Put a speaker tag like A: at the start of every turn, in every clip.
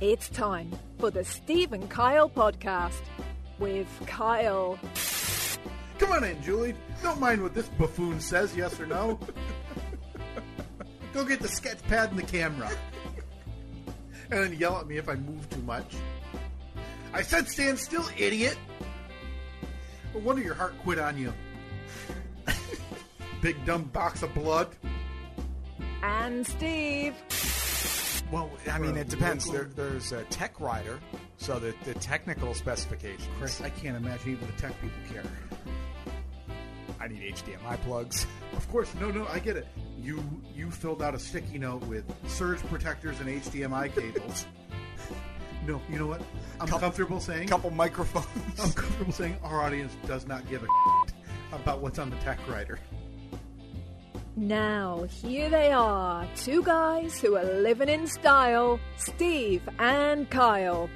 A: It's time for the Steve and Kyle podcast with Kyle.
B: Come on in, Julie. Don't mind what this buffoon says, yes or no. Go get the sketch pad and the camera. And then yell at me if I move too much. I said stand still, idiot! No wonder your heart quit on you. Big dumb box of blood.
A: And Steve.
B: Well,
C: I mean, it depends. There,
B: Local-
C: there's a tech rider, so the, the technical specifications.
B: Chris, I can't imagine even the tech people care.
C: I need HDMI plugs.
B: Of course, no, no, I get it. You you filled out a sticky note with surge protectors and HDMI cables. no, you know what? I'm
C: Couple-
B: comfortable saying
C: A couple microphones.
B: I'm comfortable saying our audience does not give a shit about what's on the tech writer.
A: Now, here they are, two guys who are living in style Steve and Kyle.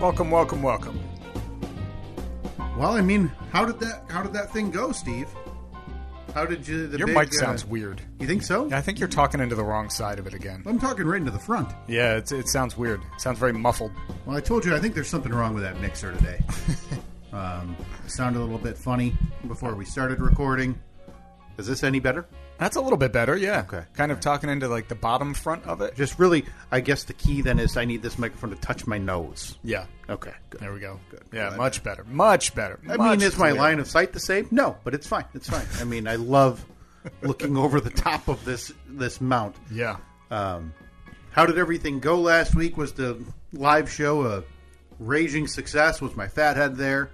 C: welcome, welcome, welcome.
B: Well, I mean, how did that how did that thing go, Steve? How did you? The
C: Your
B: big,
C: mic
B: uh,
C: sounds weird.
B: You think so?
C: I think you're talking into the wrong side of it again.
B: I'm talking right into the front.
C: Yeah, it's, it sounds weird. It sounds very muffled.
B: Well, I told you I think there's something wrong with that mixer today. um, it sounded a little bit funny before we started recording. Is this any better?
C: That's a little bit better, yeah.
B: Okay.
C: Kind of talking into like the bottom front of it.
B: Just really, I guess the key then is I need this microphone to touch my nose.
C: Yeah.
B: Okay, good.
C: There we go. Good. Yeah,
B: Glad
C: much better. Much better.
B: I mean, is my line of sight the same? No, but it's fine. It's fine. I mean, I love looking over the top of this this mount.
C: Yeah.
B: Um, how did everything go last week? Was the live show a raging success? Was my fathead there?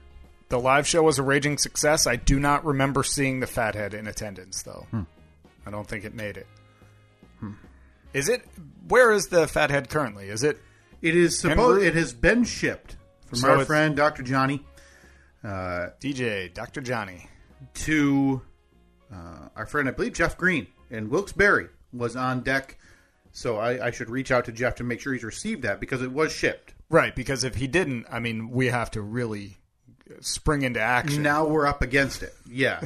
C: The live show was a raging success. I do not remember seeing the fathead in attendance, though.
B: Hmm.
C: I don't think it made it. Hmm. Is it? Where is the fathead currently? Is it?
B: It is
C: Denver?
B: supposed. It has been shipped from
C: So
B: our
C: it's-
B: friend Doctor Johnny Uh,
C: DJ Dr. Johnny.
B: to uh, our friend, I believe Jeff Green and Wilkes Barre was on deck. So I, I should reach out to Jeff to make sure he's received that because it was shipped.
C: Right, because if he didn't, I mean, we have to really spring into action.
B: Now we're up against it. Yeah.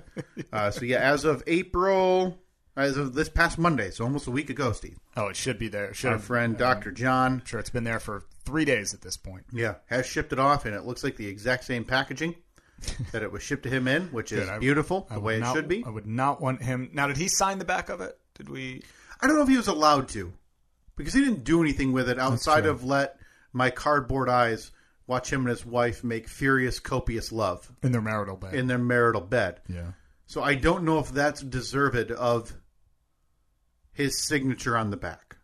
B: uh, so yeah, as of April, as of this past Monday, so almost a week ago, Steve,
C: oh, it should be there. It Should
B: our
C: have,
B: friend Doctor John,
C: I'm sure it's been there for three days at this point.
B: yeah, has shipped it off, and it looks like the exact same packaging that it was shipped to him in, which is
C: Good, I-
B: beautiful,
C: I
B: the
C: would
B: way it
C: not-
B: should be.
C: I would not want him. Now, did he sign the back of it? Did we?
B: I don't know if he was allowed to, because he didn't do anything with it outside
C: true.
B: of let my cardboard eyes watch him and his wife make furious, copious love
C: In their marital bed.
B: in their marital bed.
C: yeah.
B: So I don't know if that's deserved of his signature on the back.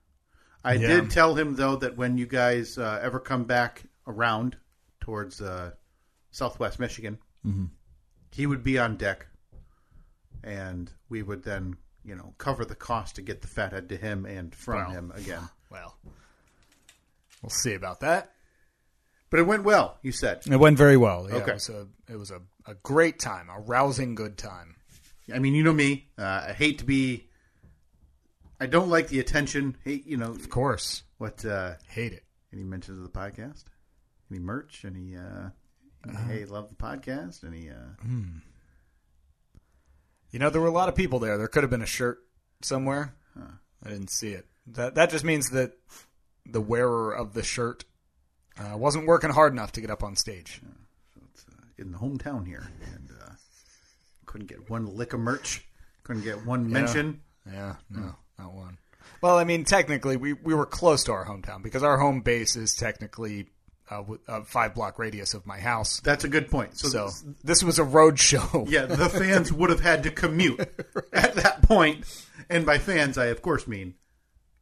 B: I
C: Yeah.
B: did tell him though that when you guys uh, ever come back around towards uh, Southwest Michigan, he would be on deck, and we would then you know cover the cost to get the fathead to him and from
C: Wow.
B: him again.
C: Well, we'll see about that.
B: But it went well, you said.
C: It went very well. Yeah,
B: Okay.
C: It was a it was a, a great time, a rousing good time.
B: I mean, you know me. Uh, I hate to be. I don't like the attention. Hate you know
C: Of course.
B: what. Uh,
C: Hate it.
B: Any mentions of the podcast? Any merch? Any uh, any, hey, love the podcast? Any uh,
C: You know, there were a lot of people there. There could have been a shirt somewhere. I didn't see it. That that just means that the wearer of the shirt uh, wasn't working hard enough to get up on stage.
B: in the hometown here, and uh, couldn't get one lick of merch. Couldn't get one mention.
C: Yeah, no, not one. Well, I mean, technically, we, we were close to our hometown because our home base is technically uh, w- a five block radius of my house.
B: That's a good point. So,
C: So this was a road show.
B: yeah, the fans would have had to commute at that point. And by fans, I of course mean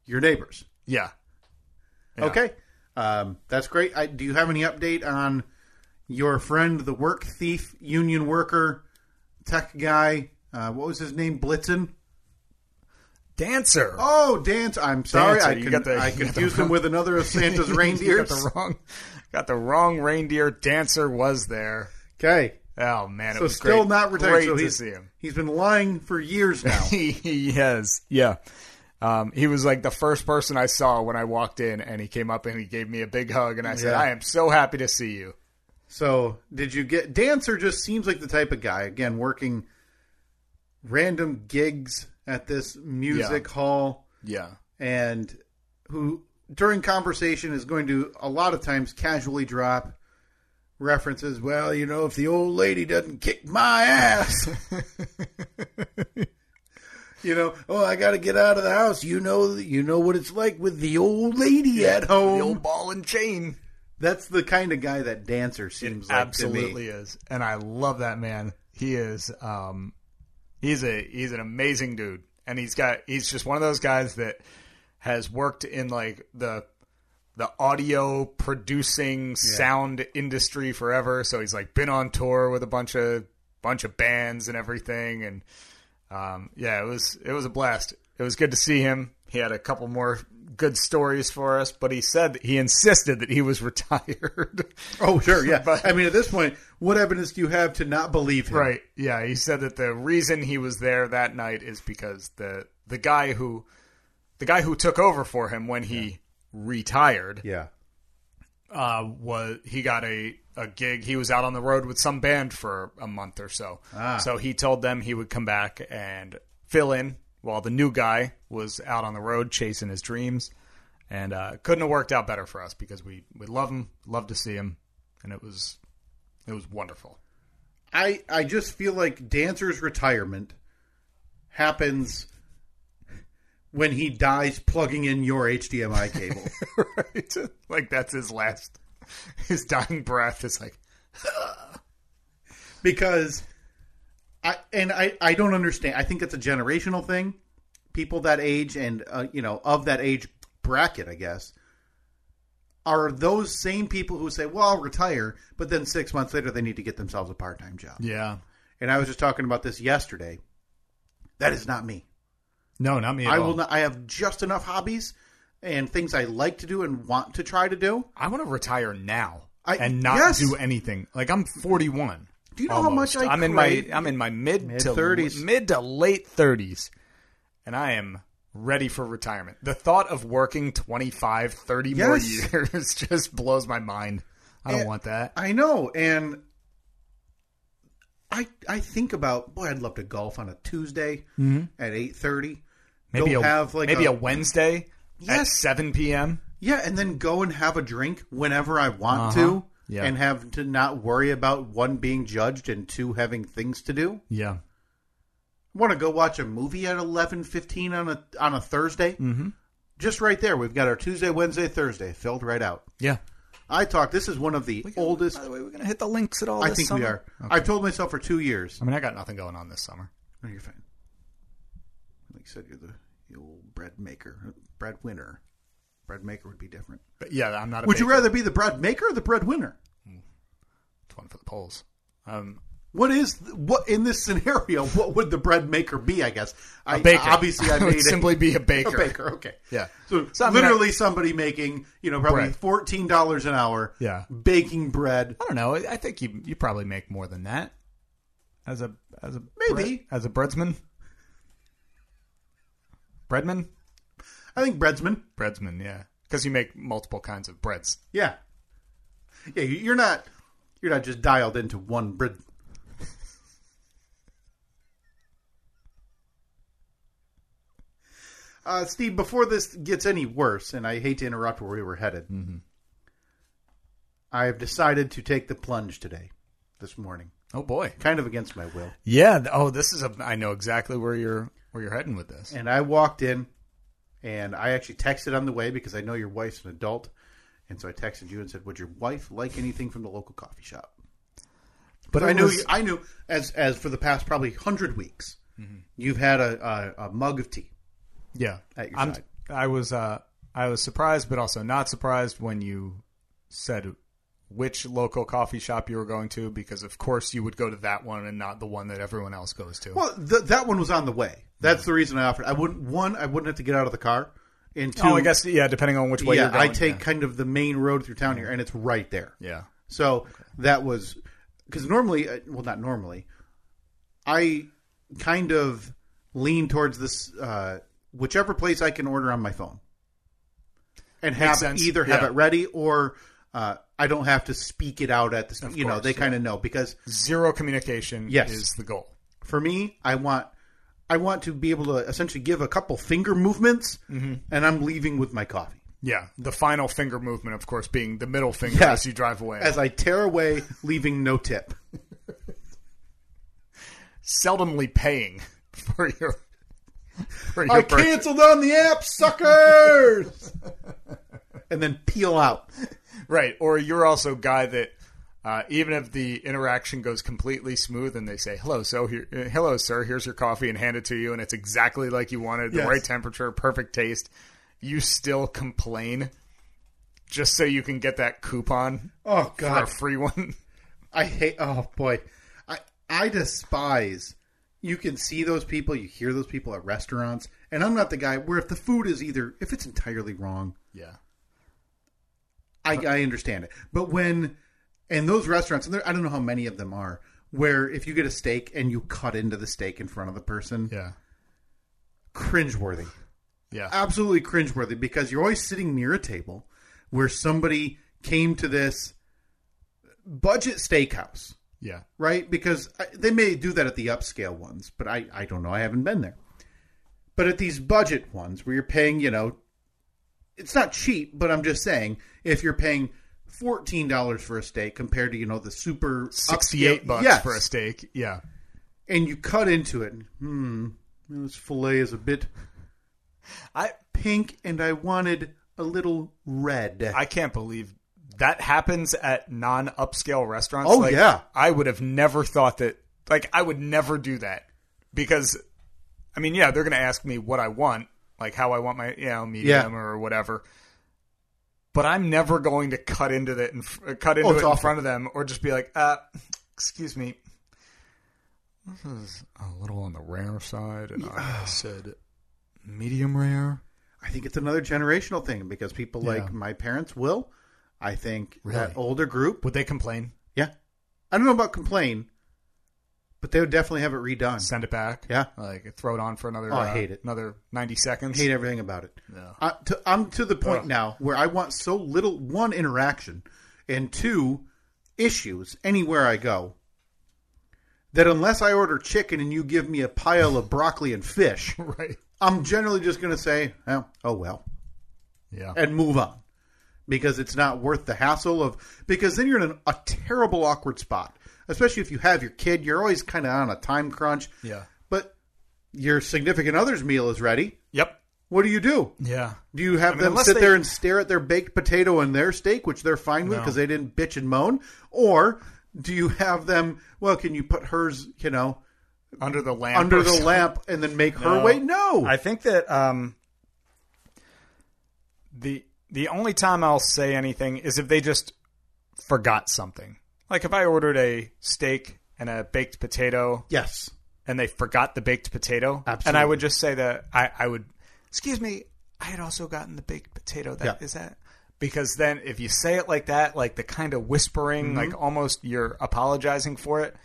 B: your neighbors.
C: yeah. Yeah.
B: Okay, um, that's great. I, do you have any update on your friend, the work thief, union worker, tech guy? Uh, what was his name? Blitzen.
C: Dancer.
B: Oh, dance! I'm sorry,
C: Dancer,
B: I,
C: you
B: con-
C: got the-
B: I
C: you got the
B: confused him with another of Santa's
C: You got
B: reindeers.
C: the wrong, got the wrong reindeer. Dancer was there.
B: okay,
C: Oh man, it
B: so
C: was
B: still
C: great.
B: not retired.
C: Great
B: so
C: to
B: he's,
C: see him.
B: he's been lying for years now.
C: he has, yeah. Um, he was like the first person I saw when I walked in, and he came up and he gave me a big hug, and I said,
B: Yeah.
C: "I am so happy to see you."
B: So, did you get Dancer? Just seems like the type of guy again working random gigs at this music hall,
C: Yeah.
B: and who during conversation is going to a lot of times casually drop references. Well, you know, if the old lady doesn't kick my ass, you know, oh, I got to get out of the house. You know, you know what it's like with the old lady at home.
C: The old ball and chain.
B: That's the kind of guy that dancer seems like to me.
C: absolutely is and i love that man he is um he's a he's an amazing dude and he's got he's just one of those guys that has worked in like the the audio producing sound industry forever so he's like been on tour with a bunch of bunch of bands and everything and um yeah it was it was a blast it was good to see him he had a couple more good stories for us but he said that he insisted that he was retired
B: Oh, sure, yeah.
C: But-
B: I mean, at this point, what evidence do you have to not believe him?
C: Right. Yeah. He said that the reason he was there that night is because the the guy who the guy who took over for him when he retired
B: Yeah.
C: uh, was he got a a gig. He was out on the road with some band for a month or so. So he told them he would come back and fill in while the new guy was out on the road chasing his dreams. And uh, couldn't have worked out better for us because we we love him, love to see him, and it was it was wonderful.
B: I I just feel like dancer's retirement happens when he dies plugging in your HDMI cable.
C: right? Like that's his last, his dying breath is like,
B: because I and I I don't understand. I think it's a generational thing. People that age and uh, you know of that age bracket, I guess, are those same people who say, "Well, I'll retire," but then six months later they need to get themselves a part-time job.
C: yeah,
B: And I was just talking about this yesterday. That is not me.
C: no, not me. At
B: I
C: all.
B: will not. I have just enough hobbies and things I like to do and want to try to do.
C: I want to retire now
B: I-
C: and not
B: yes.
C: do anything. Like I'm 41.
B: Do you know how much I
C: am in my
B: crave-
C: I'm in my mid, to
B: 30s.
C: mid to late 30s, and I am ready for retirement. The thought of working 25, 30 more
B: Yes.
C: years just blows my mind. I don't
B: And-
C: want that.
B: I know, and I I think about boy, I'd love to golf on a Tuesday
C: Mm-hmm.
B: at eight thirty.
C: Maybe
B: go
C: a
B: have like
C: maybe
B: a,
C: a, Wednesday at
B: Yes.
C: 7 p.m.
B: yeah, and then go and have a drink whenever I want
C: Uh-huh.
B: to,
C: Yeah.
B: and have to not worry about one being judged and two having things to do.
C: Yeah,
B: Want to go watch a movie at eleven fifteen on a on a Thursday? Mm-hmm. Just right there, we've got our Tuesday, Wednesday, Thursday filled right out.
C: yeah.
B: I talk. This is one of the oldest.
C: By the way, we're gonna hit the links at all.
B: I
C: this
B: think we
C: summer?
B: are. I've told myself for two years.
C: I mean, I got nothing going on this summer.
B: No, you're fine. Like you said, you're the, the old bread maker, bread winner. Bread maker would be different.
C: But yeah, I'm not. A
B: Would you
C: baker.
B: rather be the bread maker or the bread winner?
C: It's one for the polls? Um,
B: What is th- what in this scenario? What would the bread maker be? I guess I
C: baker.
B: Obviously, I
C: would
B: made
C: simply be a
B: a,
C: baker.
B: a baker. Okay,
C: Yeah.
B: So,
C: So, I mean,
B: literally, somebody making you know probably
C: Bread.
B: fourteen dollars an hour.
C: Yeah.
B: baking bread.
C: I don't know. I I think you you probably make more than that as a as a
B: Maybe.
C: bre- as a breadsman. Breadman,
B: I think breadsman.
C: breadsman, yeah, because you make multiple kinds of breads.
B: Yeah, yeah. you- You're not you're not just dialed into one bread. Uh, Steve, before this gets any worse, and I hate to interrupt where we were headed, I have decided to take the plunge today, this morning,
C: Oh boy,
B: kind of against my will.
C: yeah. th- Oh, this is a. I know exactly where you're where you're heading with this.
B: And I walked in, and I actually texted on the way because I know your wife's an adult, and so I texted you and said, "Would your wife like anything from the local coffee shop?"
C: But
B: But I
C: it
B: knew,
C: was-
B: I knew, as as for the past probably hundred weeks,
C: Mm-hmm.
B: you've had a, a, a mug of tea.
C: Yeah,
B: at your side.
C: I was uh, I was surprised, but also not surprised when you said which local coffee shop you were going to, because of course you would go to that one and not the one that everyone else goes to.
B: Well, th- that one was on the way. That's the reason I offered. I wouldn't one. I wouldn't have to get out of the car. And two,
C: oh, I guess yeah, depending on which way
B: yeah,
C: you're going. Mm-hmm.
B: I take kind of the main road through town here, and it's right there.
C: yeah. yeah.
B: So that was because normally, uh, well, not normally, I kind of lean towards this uh, whichever place I can order on my phone and have
C: sense.
B: either have
C: Yeah.
B: it ready or Uh, I don't have to speak it out at the. You know,
C: course,
B: they kind of know because
C: Zero communication
B: Yes.
C: is the goal.
B: for me, I want I want to be able to essentially give a couple finger movements,
C: Mm-hmm.
B: and I'm leaving with my coffee.
C: Yeah. The final finger movement, of course, being the middle finger
B: Yeah.
C: as you drive away.
B: As I tear away, leaving no tip.
C: Seldomly paying for your. For your
B: I
C: purchase.
B: canceled on the app, suckers. and then peel out.
C: Right. Or you're also a guy that uh, even if the interaction goes completely smooth and they say, hello, so here, uh, hello, sir, here's your coffee and hand it to you. And it's exactly like you wanted,
B: Yes.
C: the right temperature, perfect taste. You still complain just so you can get that coupon
B: Oh
C: for a
B: god,
C: free one.
B: I hate. Oh boy, I I despise. You can see those people. You hear those people at restaurants, and I'm not the guy where if the food is either if it's entirely wrong,
C: yeah.
B: I, I understand it. But when and those restaurants, and there, I don't know how many of them are, where if you get a steak and you cut into the steak in front of the person,
C: Yeah.
B: cringeworthy,
C: Yeah.
B: absolutely cringeworthy, because you're always sitting near a table where somebody came to this budget steakhouse,
C: yeah.
B: right? Because I, they may do that at the upscale ones, but I I don't know. I haven't been there. But at these budget ones where you're paying, you know, it's not cheap, but I'm just saying if you're paying fourteen dollars for a steak compared to you know the super
C: 68
B: upscale-
C: bucks
B: Yes.
C: for a steak. Yeah.
B: and you cut into it, and, hmm, this fillet is a bit
C: I
B: pink, and I wanted a little red.
C: I can't believe that happens at non upscale restaurants.
B: Oh,
C: like,
B: yeah.
C: I would have never thought that. Like I would never do that because, I mean, yeah, they're going to ask me what I want, like how I want my you know medium
B: Yeah.
C: or whatever. But I'm never going to cut into that, in, fr- cut into
B: Oh,
C: it
B: it's
C: in
B: awful.
C: front of them, or just be like, uh, "Excuse me, this is a little on the rare side," and I said, "Medium rare."
B: I think it's another generational thing because people
C: Yeah.
B: like my parents will. I think
C: Really?
B: that older group,
C: Would they complain?
B: yeah. I don't know about complain, but they would definitely have it redone.
C: send it back.
B: Yeah.
C: like throw it on for another.
B: Oh, I
C: uh,
B: hate it.
C: Another ninety seconds.
B: hate everything about it.
C: No.
B: I, to, I'm to the point
C: Ugh.
B: now where I want so little one interaction and two issues anywhere I go that unless I order chicken and you give me a pile of broccoli and fish,
C: Right.
B: I'm generally just going to say, oh, oh well,
C: Yeah.
B: and move on because it's not worth the hassle of because then you're in an, a terrible awkward spot, especially if you have your kid. You're always kind of on a time crunch,
C: Yeah.
B: but your significant other's meal is ready.
C: Yep.
B: What do you do?
C: Yeah.
B: Do you have
C: mean,
B: them
C: unless
B: sit
C: they-
B: there and stare at their baked potato and their steak, which they're fine with
C: No.
B: because they didn't bitch and moan? Or do you have them, well, can you put hers, you know,
C: Under the lamp.
B: under
C: or
B: the
C: something.
B: lamp and then make her
C: No.
B: wait? No.
C: I think that um, the the only time I'll say anything is if they just forgot something. Like if I ordered a steak and a baked potato
B: yes.
C: and they forgot the baked potato. And I
B: Absolutely.
C: would just say that I, I would, excuse me, I had also gotten the baked potato. That is
B: Yeah.
C: that because then if you say it like that, like the kind of whispering,
B: Mm-hmm.
C: like almost you're apologizing for it.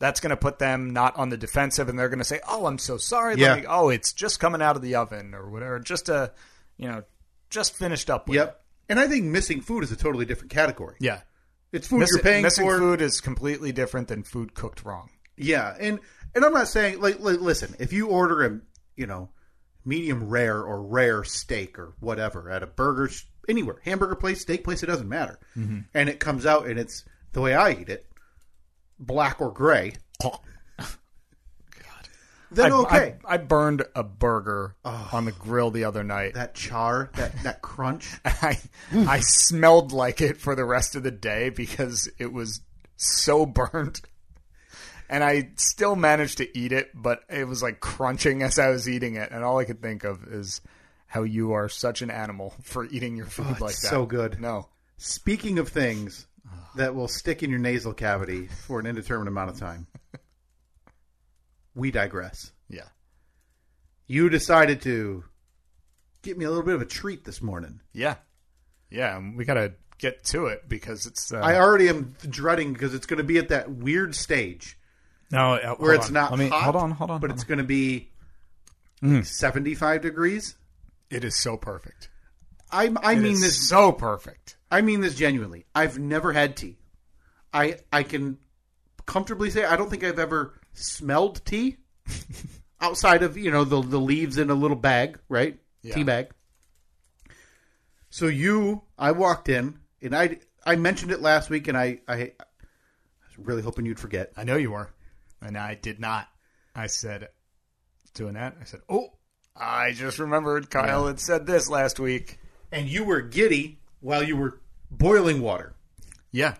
C: That's going to put them not on the defensive, and they're going to say, "Oh, I'm so sorry. Let
B: Yeah.
C: me- oh, it's just coming out of the oven or whatever. Just a, you know, just finished up with."
B: Yep. And I think missing food is a totally different category.
C: Yeah.
B: It's food
C: Miss-
B: you're paying
C: missing
B: for.
C: food is completely different than food cooked wrong.
B: Yeah, and and I'm not saying like li- listen, if you order a you know medium rare or rare steak or whatever at a burger sh- anywhere hamburger place steak place it doesn't matter,
C: Mm-hmm.
B: and it comes out and it's the way I eat it, black or gray. Then Oh,
C: Oh. I-
B: okay, Oh.
C: I, I burned a burger on the grill the other night.
B: that char that that crunch.
C: I I smelled like it for the rest of the day because it was so burnt. And I still managed to eat it, but it was like crunching as I was eating it, and all I could think of is how you are such an animal for eating your food like that.
B: Oh, so good.
C: No.
B: Speaking of things that will stick in your nasal cavity for an indeterminate amount of time, we digress.
C: Yeah.
B: you decided to get me a little bit of a treat this morning.
C: Yeah. Yeah, and we got to get to it because it's uh,
B: I already am dreading because it's going to be at that weird stage
C: no, uh,
B: where
C: hold
B: it's
C: on.
B: not
C: Let me-
B: hot.
C: Hold on, hold on.
B: But
C: hold
B: it's
C: on. Mm.
B: going to be seventy-five degrees.
C: it is so perfect.
B: I, I
C: It
B: mean
C: is
B: this.
C: so perfect.
B: I mean this genuinely. I've never had tea. I I can comfortably say I don't think I've ever smelled tea outside of you know the the leaves in a little bag, right?
C: Yeah.
B: Tea bag. So you, I walked in and I I mentioned it last week, and I I, I was really hoping you'd forget.
C: I know you were, and I did not. I said, doing that. I said, oh, I just remembered Kyle had said this last week.
B: And you were giddy while you were boiling water.
C: Yeah,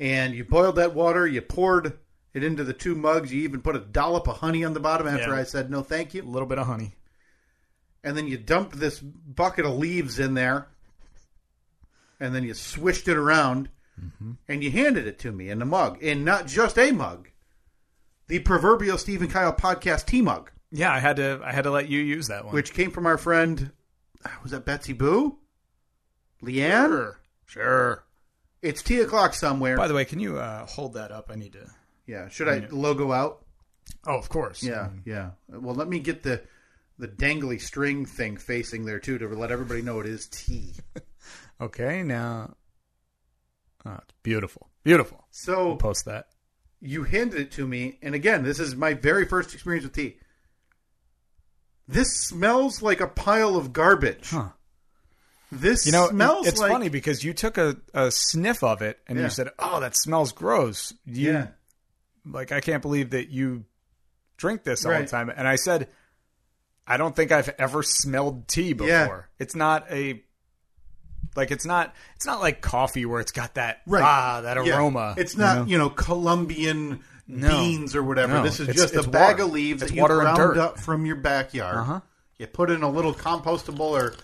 B: and you boiled that water. You poured it into the two mugs. You even put a dollop of honey on the bottom after
C: Yeah.
B: I said no, thank
C: a
B: you.
C: little bit of honey.
B: And then you dumped this bucket of leaves in there, and then you swished it around,
C: Mm-hmm.
B: and you handed it to me in a mug, and not just a mug, the proverbial Stephen Kyle podcast tea mug,
C: Yeah, I had to. I had to let you use that one.
B: which came from our friend. uh, Was that Betsy Boo? Leanne?
C: sure.
B: It's tea o'clock somewhere.
C: By the Mm. way, can you uh, hold that up? I need to.
B: yeah. Should I logo out?
C: Oh, of course.
B: Yeah, yeah. Well, let me get the the dangly string thing facing there too to let everybody know it is tea.
C: Okay. Now, oh, it's beautiful. Beautiful. We'll
B: So
C: post that.
B: you handed it to me, and again, this is my very first experience with tea. This smells like a pile of garbage.
C: Huh.
B: This
C: You know, it-
B: smells
C: it's
B: like
C: funny because you took a, a sniff of it and
B: Yeah.
C: you said, "Oh, that smells gross." You,
B: yeah,
C: like I can't believe that you drink this all the
B: Right.
C: time. And I said, I don't think I've ever smelled tea before.
B: Yeah.
C: It's not a like it's not it's not like coffee where it's got that
B: Right.
C: ah that
B: Yeah.
C: aroma.
B: It's
C: you know?
B: not you know, Colombian beans or whatever.
C: No.
B: This is
C: It's-
B: just
C: it's
B: a bag
C: water.
B: of leaves
C: It's
B: that you
C: water and
B: ground
C: dirt.
B: up from your backyard.
C: Uh-huh.
B: You put in a little compostable or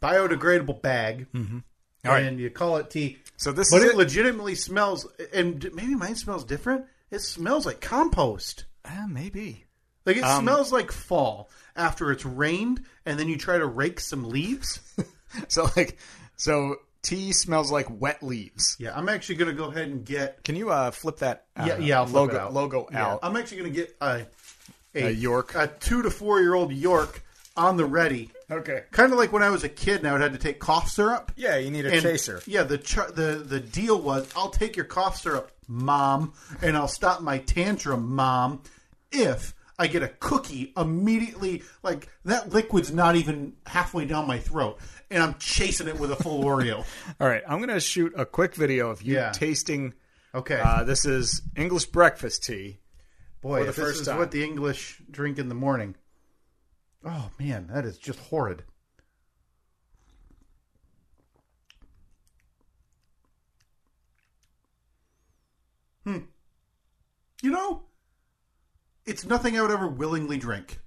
B: biodegradable bag,
C: Hmm. All right.
B: and you call it tea.
C: So this
B: But
C: is
B: it
C: it.
B: legitimately smells, and maybe mine smells different. It smells like compost.
C: Ah, maybe.
B: Like it
C: Um,
B: smells like fall after it's rained, and then you try to rake some leaves.
C: So like so tea smells like wet leaves.
B: Yeah, I'm actually gonna go ahead and get
C: Can you uh flip that uh,
B: yeah, yeah, I'll flip
C: logo
B: it out.
C: logo
B: Yeah.
C: out?
B: I'm actually going to get a, a
C: A York.
B: a two to four year old York on the ready.
C: Okay.
B: Kind of like when I was a kid, and I would have to take cough syrup.
C: Yeah, you need a
B: And-
C: chaser.
B: Yeah, the ch- the the deal was I'll take your cough syrup, mom, and I'll stop my tantrum, mom, if I get a cookie immediately. Like that liquid's not even halfway down my throat, and I'm chasing it with a full Oreo.
C: All right, I'm going to shoot a quick video of you
B: Yeah.
C: tasting
B: Okay,
C: uh, this is English breakfast tea.
B: Boy,
C: for the
B: if this
C: first
B: is
C: time.
B: what the English drink in the morning. Oh man, that is just horrid. Hmm. You know, it's nothing I would ever willingly drink.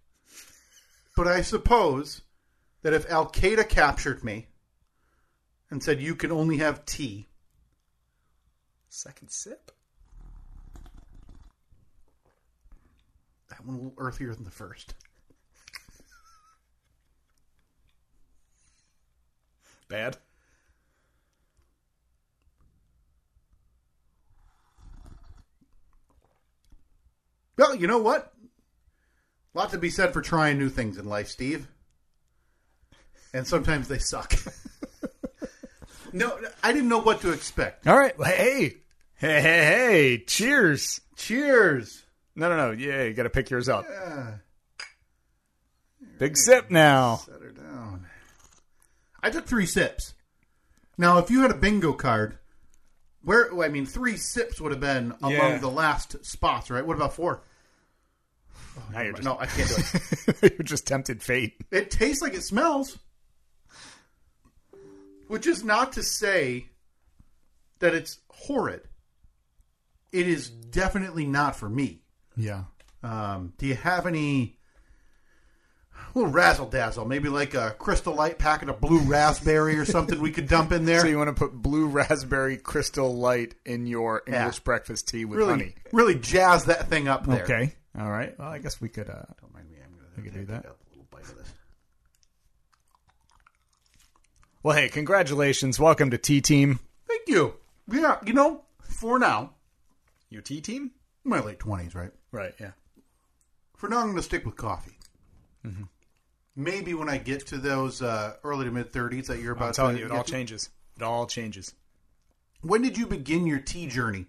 B: But I suppose that if Al Qaeda captured me and said you can only have tea,
C: Second sip.
B: that one a little earthier than the first.
C: Bad.
B: Well, you know what? A lot to be said for trying new things in life, Steve. And sometimes they suck. no, I didn't know what to expect.
C: All right. Well, hey. Hey, hey, hey. Cheers.
B: Cheers.
C: No, no, no. Yeah, you got to pick yours up. Big sip now.
B: Set her down. I took three sips. Now, if you had a bingo card, where I mean, three sips would have been among
C: Yeah.
B: the last spots, right? What about four?
C: Now you're just,
B: No, I can't do it.
C: you're just tempted fate.
B: It tastes like it smells. Which is not to say that it's horrid. It is definitely not for me.
C: Yeah.
B: Um, do you have any little razzle dazzle? Maybe like a crystal light packet of blue raspberry or something we could dump in there?
C: So you want to put blue raspberry crystal light in your English breakfast tea with
B: really,
C: honey.
B: really jazz that thing up there.
C: Okay. All right. Well, I guess we could. Uh,
B: Don't mind me. I'm going
C: could
B: to
C: do
B: take
C: that.
B: a little bite of this.
C: well, hey, congratulations. Welcome to Tea Team.
B: Thank you. Yeah, you know, for now,
C: Your Tea Team?
B: my late 20s, right?
C: Right, yeah. Mm-hmm.
B: For now, I'm going to stick with coffee. Maybe when I get to those uh, early to mid 30s that you're about
C: I'm telling
B: to
C: you, it
B: get
C: all
B: to-
C: changes. It all changes.
B: When did you begin your tea journey,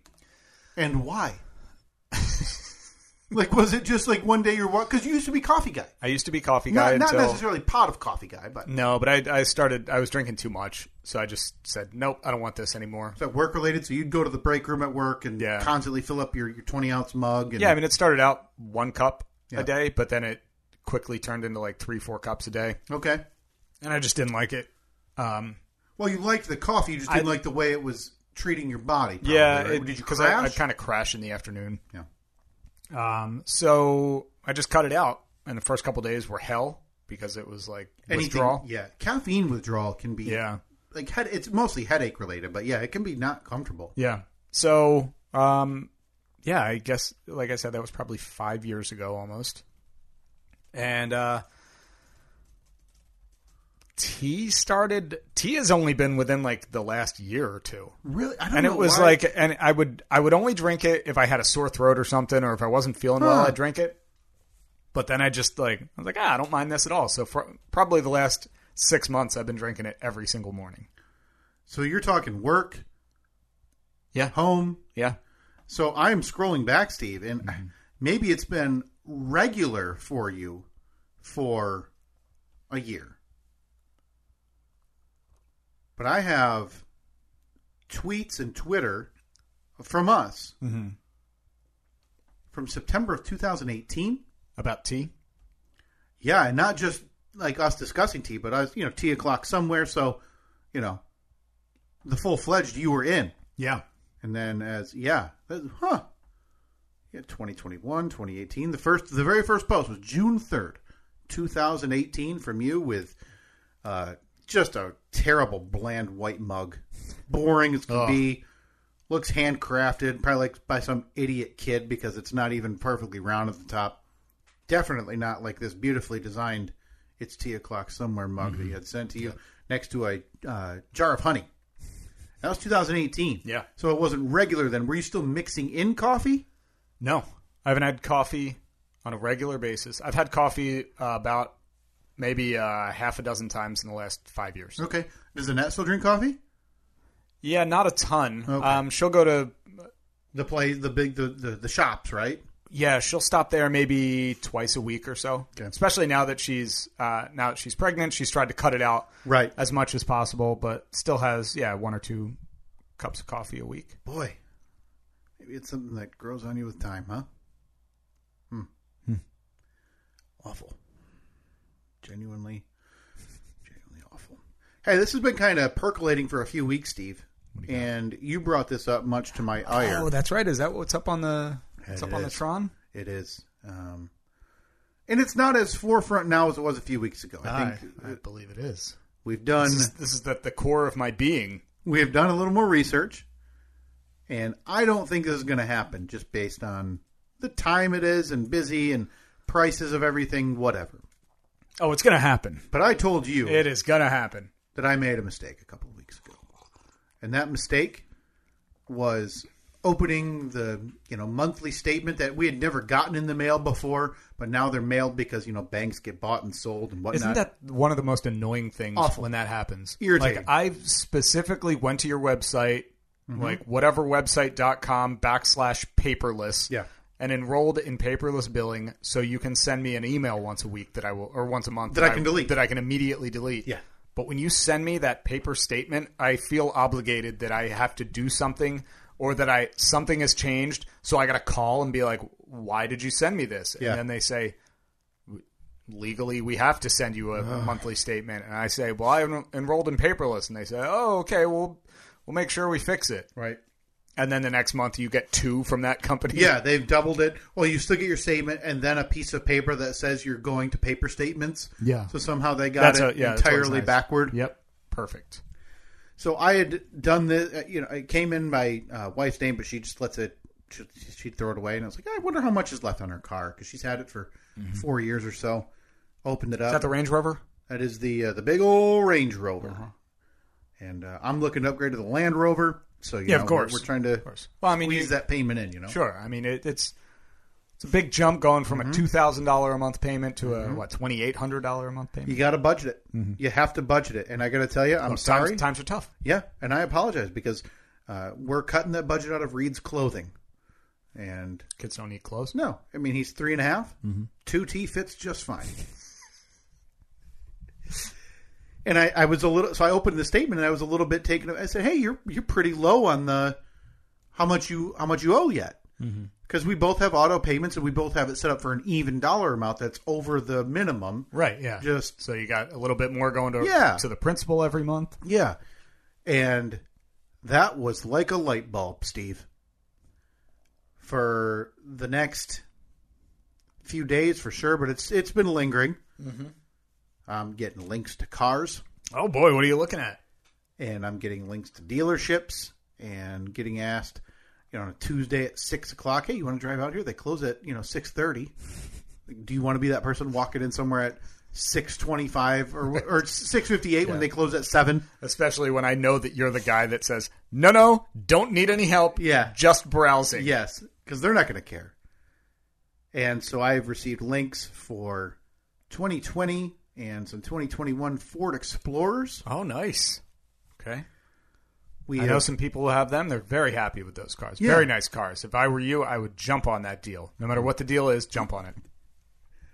B: and why? like, was it just like one day you're what? Because you used to be coffee guy,
C: I used to be coffee guy
B: not, not
C: until
B: necessarily pot of coffee guy, but is
C: no, but I, I started. I was drinking too much, so I just said, nope, I don't want this anymore.
B: that work related. So you'd go to the break room at work and
C: Yeah.
B: constantly fill up your, your 20 ounce mug. And,
C: Yeah, I mean, it started out one cup
B: Yeah.
C: a day, but then it quickly turned into like three, four cups a day,
B: okay.
C: and I just didn't like it. Um,
B: Well, you liked the coffee, you just didn't like the way it was treating your body. probably,
C: yeah,
B: right?
C: it-
B: Oh, did you
C: because
B: crash?
C: I, I kind of crash in the afternoon.
B: yeah.
C: Um, so I just cut it out, and the first couple days were hell because it was like
B: Anything,
C: withdrawal.
B: Yeah, caffeine withdrawal can be
C: Yeah,
B: like head, it's mostly headache related, but yeah, it can be not comfortable.
C: yeah. So, um, yeah, I guess like I said, that was probably five years ago almost, and uh, tea started. Tea has only been within like the last year or two.
B: Really, I don't
C: and
B: know
C: it was
B: why.
C: like and i would i would only drink it if i had a sore throat or something or if i wasn't feeling well
B: Huh.
C: i'd drink it but then i just like i was like ah, i don't mind this at all so for probably the last six months i've been drinking it every single morning
B: so you're talking work,
C: Yeah.
B: home,
C: yeah
B: So I'm scrolling back, Steve, and
C: Mm-hmm.
B: maybe it's been regular for you for a year. But I have tweets and Twitter from us
C: Mm-hmm.
B: from September of 2018.
C: about tea
B: Yeah, and not just like us discussing tea, but us, you know, tea o'clock somewhere. So, you know, the full fledged you were in.
C: yeah
B: And then as yeah, that- huh. Yeah, 2021, 2018. The first the very first post was June 3rd, 2018 from you with uh just a terrible bland white mug. Boring as can
C: Ugh.
B: be. Looks handcrafted, probably like by some idiot kid because it's not even perfectly round at the top. Definitely not like this beautifully designed it's tea o'clock somewhere mug
C: Mm-hmm.
B: that you had sent to you next to a uh, jar of honey. That was 2018.
C: Yeah.
B: So it wasn't regular then. Were you still mixing in coffee?
C: no i haven't had coffee on a regular basis i've had coffee uh, about maybe uh, half a dozen times in the last five years
B: Okay. Does Annette still drink coffee?
C: yeah not a ton um, she'll go to
B: The play, the big, the the, the shops, right?
C: Yeah, she'll stop there maybe twice a week or so.
B: Okay.
C: Especially now that she's uh, now that she's pregnant, she's tried to cut it out
B: Right.
C: as much as possible, but still has yeah one or two cups of coffee a week.
B: Boy, maybe it's something that grows on you with time, huh? Hmm. Awful. Genuinely, genuinely awful. Hey, this has been kind of percolating for a few weeks, Steve, and you brought this up much to my ire.
C: Oh, that's right. Is that what's up on the what's
B: It
C: up on the
B: is.
C: Tron?
B: It is. Um, and it's not as forefront now as it was a few weeks ago. I think
C: believe it is.
B: we've done
C: This is, this is the, the core of my being.
B: we have done a little more research, and I don't think this is going to happen just based on the time it is and busy and prices of everything, whatever.
C: Oh, it's gonna happen.
B: But I told you
C: It is gonna happen.
B: that I made a mistake a couple of weeks ago, and that mistake was opening the you know monthly statement that we had never gotten in the mail before, but now they're mailed because you know banks get bought and sold and whatnot.
C: Isn't that one of the most annoying things when that happens?
B: Irritating.
C: Like I specifically went to your website,
B: Mm-hmm.
C: like whatever website.com backslash paperless.
B: Yeah.
C: And enrolled in paperless billing, so you can send me an email once a week that I will, or once a month
B: That I can delete.
C: that I can immediately delete.
B: Yeah.
C: But when you send me that paper statement, I feel obligated that I have to do something, or that I something has changed. So I got to call and be like, "Why did you send me this?"
B: Yeah.
C: And then they say, legally we have to send you a, a monthly statement and i say well i en- enrolled in paperless and they say oh okay well we'll make sure we fix it
B: right?
C: and then the next month you get two from that company
B: Yeah, they've doubled it. Well, you still get your statement and then a piece of paper that says you're going to paper statements.
C: Yeah.
B: So somehow they got
C: that's
B: it
C: a, yeah that's always
B: entirely
C: nice.
B: backward.
C: yep perfect
B: So I had done this. uh, You know, it came in my uh, wife's name, but she just lets it. She, she'd throw it away, and I was like, I wonder how much is left on her car because she's had it for four years or so. Opened it up.
C: Mm-hmm. is that the Uh-huh. range rover
B: That is the uh, the big old Range Rover, and uh, I'm looking to upgrade to the Land Rover. So you
C: Yeah,
B: know,
C: of course.
B: we're, we're trying to
C: course well i mean you,
B: squeeze that payment in. You know,
C: sure i mean it, it's It's a big jump going from a two thousand dollar a month payment to a what twenty eight hundred dollar a month
B: You
C: payment.
B: got to budget it. You have to budget it. And I got to tell you, I'm
C: Look,
B: sorry.
C: times, times are tough.
B: Yeah, and I apologize because uh, we're cutting that budget out of Reed's clothing. And
C: Kids don't need clothes.
B: no, I mean he's three and a half. Two T fits just fine. and I, I was a little so I opened the statement and I was a little bit taken. I said, "Hey, you're you're pretty low on the how much you how much you owe yet." Because we both have auto payments and we both have it set up for an even dollar amount that's over the minimum.
C: Right. Yeah.
B: Just
C: so you got a little bit more going to
B: Yeah.
C: to the principal every month.
B: Yeah. And that was like a light bulb, Steve. For the next few days for sure, but it's it's been lingering. I'm getting links to cars
C: Oh boy, what are you looking at?
B: and I'm getting links to dealerships and getting asked, you know, on a Tuesday at six o'clock, hey, you want to drive out here? They close at, you know, six thirty. Do you want to be that person walking in somewhere at six twenty five or or six fifty eight when they close at seven?
C: Especially when I know that you're the guy that says, "No, no, don't need any help.
B: Yeah.
C: just browsing."
B: Yes, because they're not going to care. And so I've received links for 2020 and some 2021 Ford Explorers.
C: Oh, nice. Okay.
B: We
C: I know
B: have,
C: some people who have them. They're very happy with those cars.
B: Yeah.
C: Very nice cars. If I were you, I would jump on that deal. No matter what the deal is, jump on it.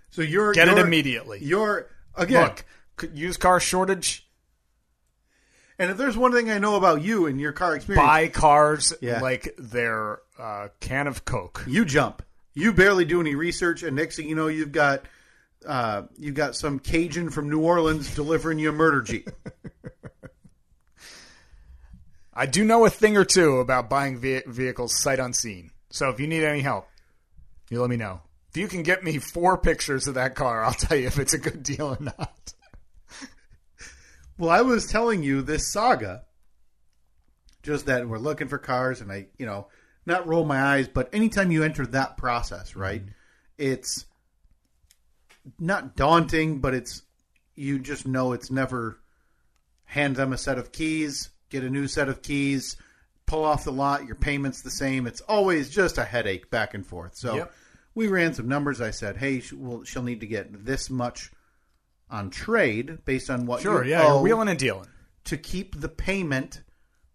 B: so you're
C: Get it
B: you're-
C: immediately.
B: You're again,
C: Look, c- used car shortage.
B: and if there's one thing I know about you and your car experience,
C: Buy cars
B: Yeah.
C: like their uh, can of Coke.
B: you jump. You barely do any research, and next thing you know, you've got uh, you've got some Cajun from New Orleans delivering you a murder jeep.
C: I do know a thing or two about buying ve- vehicles sight unseen. So if you need any help, you let me know. If you can get me four pictures of that car, I'll tell you if it's a good deal or not.
B: Well, I was telling you this saga, just that we're looking for cars, and I, you know, not roll my eyes, but anytime you enter that process, right, it's not daunting, but it's you just know it's never hand them a set of keys, get a new set of keys, pull off the lot, your payment's the same. It's always just a headache back and forth. So
C: Yep.
B: we ran some numbers. I said, hey, she, will she'll need to get this much on trade based on what you owe
C: you're wheeling and dealing.
B: to keep the payment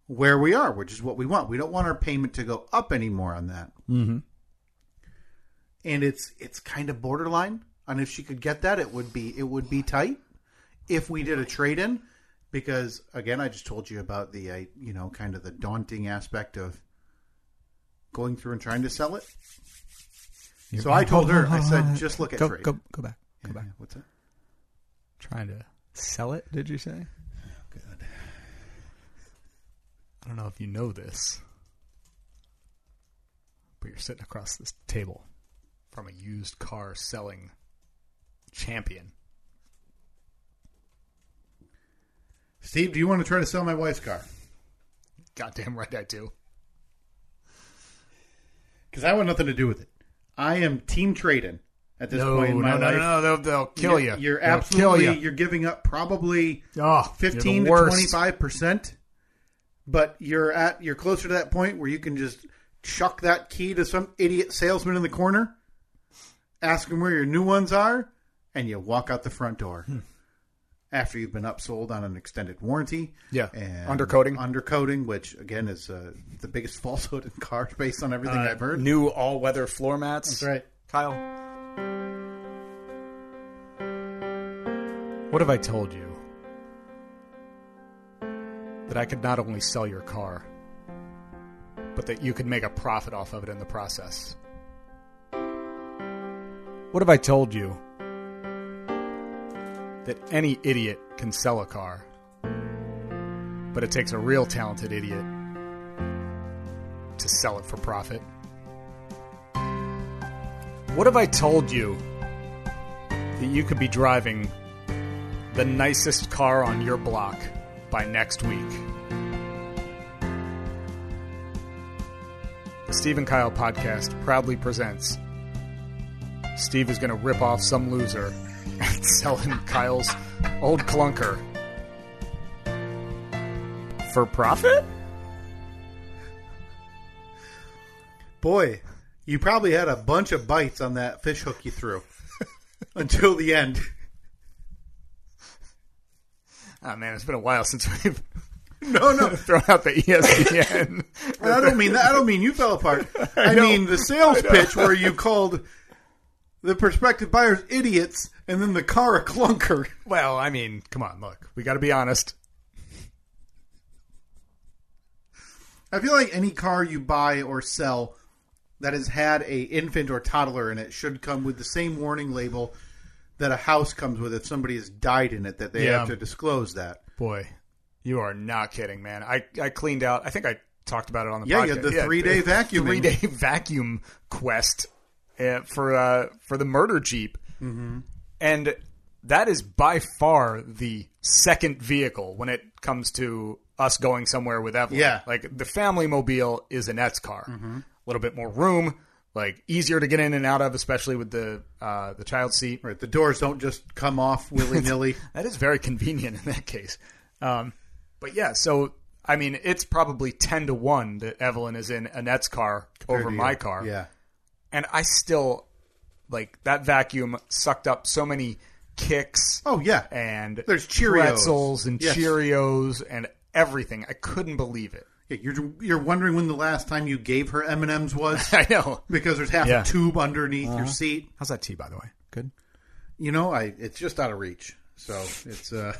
B: where we are, which is what we want. We don't want our payment to go up anymore on that. Mm-hmm. And it's it's kind of borderline. And if she could get that, it would be it would be tight. If we did a trade in, because again, I just told you about the uh, you know kind of the daunting aspect of going through and trying to sell it. So I told her, I said, just look at
D: go,
B: trade.
D: Go, go back. Go back.
B: What's that?
D: Trying to sell it, did you say?
B: Oh,
C: I don't know if you know this, but you're sitting across this table from a used car selling champion.
B: Steve, do you want to try to sell my wife's car?
C: Goddamn right I do.
B: because I want nothing to do with it. I am team trading at this
C: No,
B: point in
C: no,
B: my
C: no, no,
B: life.
C: no, they'll, they'll kill you.
B: You're, you're
C: They'll
B: absolutely
C: kill you.
B: you're giving up probably
C: Oh, you're the
B: fifteen to
C: worst.
B: twenty five percent, but you're at you're closer to that point where you can just chuck that key to some idiot salesman in the corner, ask him where your new ones are, and you walk out the front door.
C: Hmm.
B: After you've been upsold on an extended warranty,
C: Yeah.
B: and
C: Undercoating.
B: undercoating, which again is uh, the biggest falsehood in cars based on everything
C: Uh,
B: I've heard.
C: New all-weather floor mats.
B: That's right.
C: Kyle. What have I told you? That I could not only sell your car, but that you could make a profit off of it in the process. What have I told you? That any idiot can sell a car, but it takes a real talented idiot to sell it for profit. What if I told you that you could be driving the nicest car on your block by next week? The Steve and Kyle podcast proudly presents Steve is going to rip off some loser and sell him Kyle's old clunker for profit?
B: Boy, You probably had a bunch of bites on that fish hook you threw until the end.
C: Oh man, it's been a while since we've
B: No, no,
C: thrown out the E ESPN.
B: I don't mean that. I don't mean you fell apart. I, mean the sales pitch where you called the prospective buyers idiots and then the car a clunker.
C: well, I mean, come on, look, we got to be honest.
B: I feel like any car you buy or sell that has had a infant or toddler in it should come with the same warning label that a house comes with if somebody has died in it that they
C: Yeah.
B: have to disclose that.
C: Boy, you are not kidding, man. I I cleaned out. I think I talked about it on the
B: Yeah,
C: podcast.
B: you had the three-day vacuuming.
C: three day vacuum quest uh, for uh, for the murder jeep,
B: Mm-hmm.
C: and that is by far the second vehicle when it comes to us going somewhere with Evelyn.
B: Yeah. Mm-hmm.
C: like the family mobile is Annette's car, a little bit more room. Like easier to get in and out of, especially with the uh, the child seat.
B: Right, the doors don't just come off willy nilly.
C: That is very convenient in that case. Um, but yeah, so I mean, it's probably ten to one that Evelyn is in Annette's car over my car,
B: Yeah,
C: and I still like that vacuum sucked up so many kicks.
B: Oh, yeah.
C: and
B: There's Cheerios.
C: pretzels and
B: Yes.
C: Cheerios and everything. I couldn't believe it.
B: Yeah, you're you're wondering when the last time you gave her M and M's was
C: I know.
B: because there's half
C: Yeah. Uh-huh.
B: a tube underneath your seat.
D: How's that tea, by the way? Good.
B: You know, I it's just out of reach. So it's uh,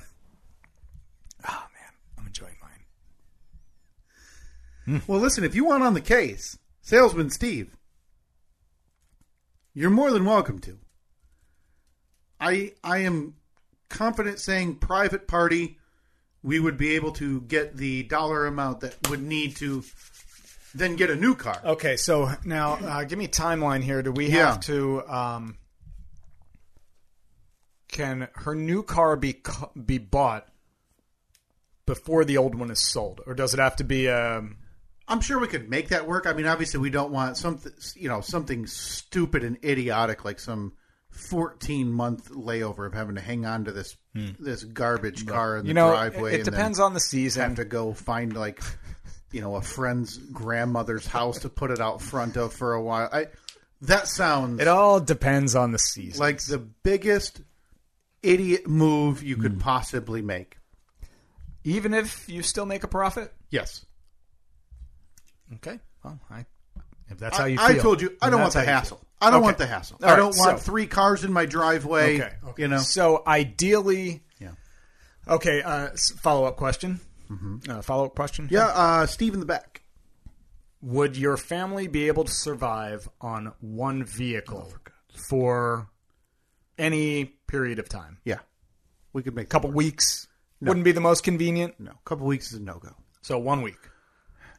C: Oh man, I'm enjoying mine.
B: well. Listen, if you want on the case, salesman Steve, you're more than welcome to. I I am confident saying private party, we would be able to get the dollar amount that would need to then get a new car.
C: Okay, so now uh, give me a timeline here. Do we
B: Yeah.
C: have to? Um, can her new car be cu- be bought before the old one is sold, or does it have to be? Um,
B: I'm sure we could make that work. I mean, obviously, we don't want something, you know, something stupid and idiotic like some 14 month layover of having to hang on to this this garbage car in the
C: Hmm. you know,
B: driveway.
C: it, it
B: and then
C: depends on the season.
B: Have to go find like, you know, a friend's grandmother's house to put it out front of for a while. I that sounds
C: it all depends on the season.
B: like the biggest idiot move you
C: Hmm.
B: could possibly make.
C: Even if you still make a profit.
B: Yes.
C: Okay. Well, I, if that's how you feel,
B: I told you I
C: then
B: don't want
C: that's
B: the
C: how you
B: hassle.
C: feel.
B: I don't
C: Okay.
B: want the hassle.
C: All
B: I
C: right,
B: don't want
C: so-
B: three cars in my driveway.
C: Okay, okay.
B: You know,
C: So ideally,
B: Yeah.
C: Okay. Uh, follow up question. Uh, follow up question.
B: yeah. Uh, Steve in the back.
C: Would your family be able to survive on one vehicle for any period of time?
B: Yeah, we could make
C: A couple weeks wouldn't be the most convenient.
B: No, a couple weeks is a no go.
C: So one week.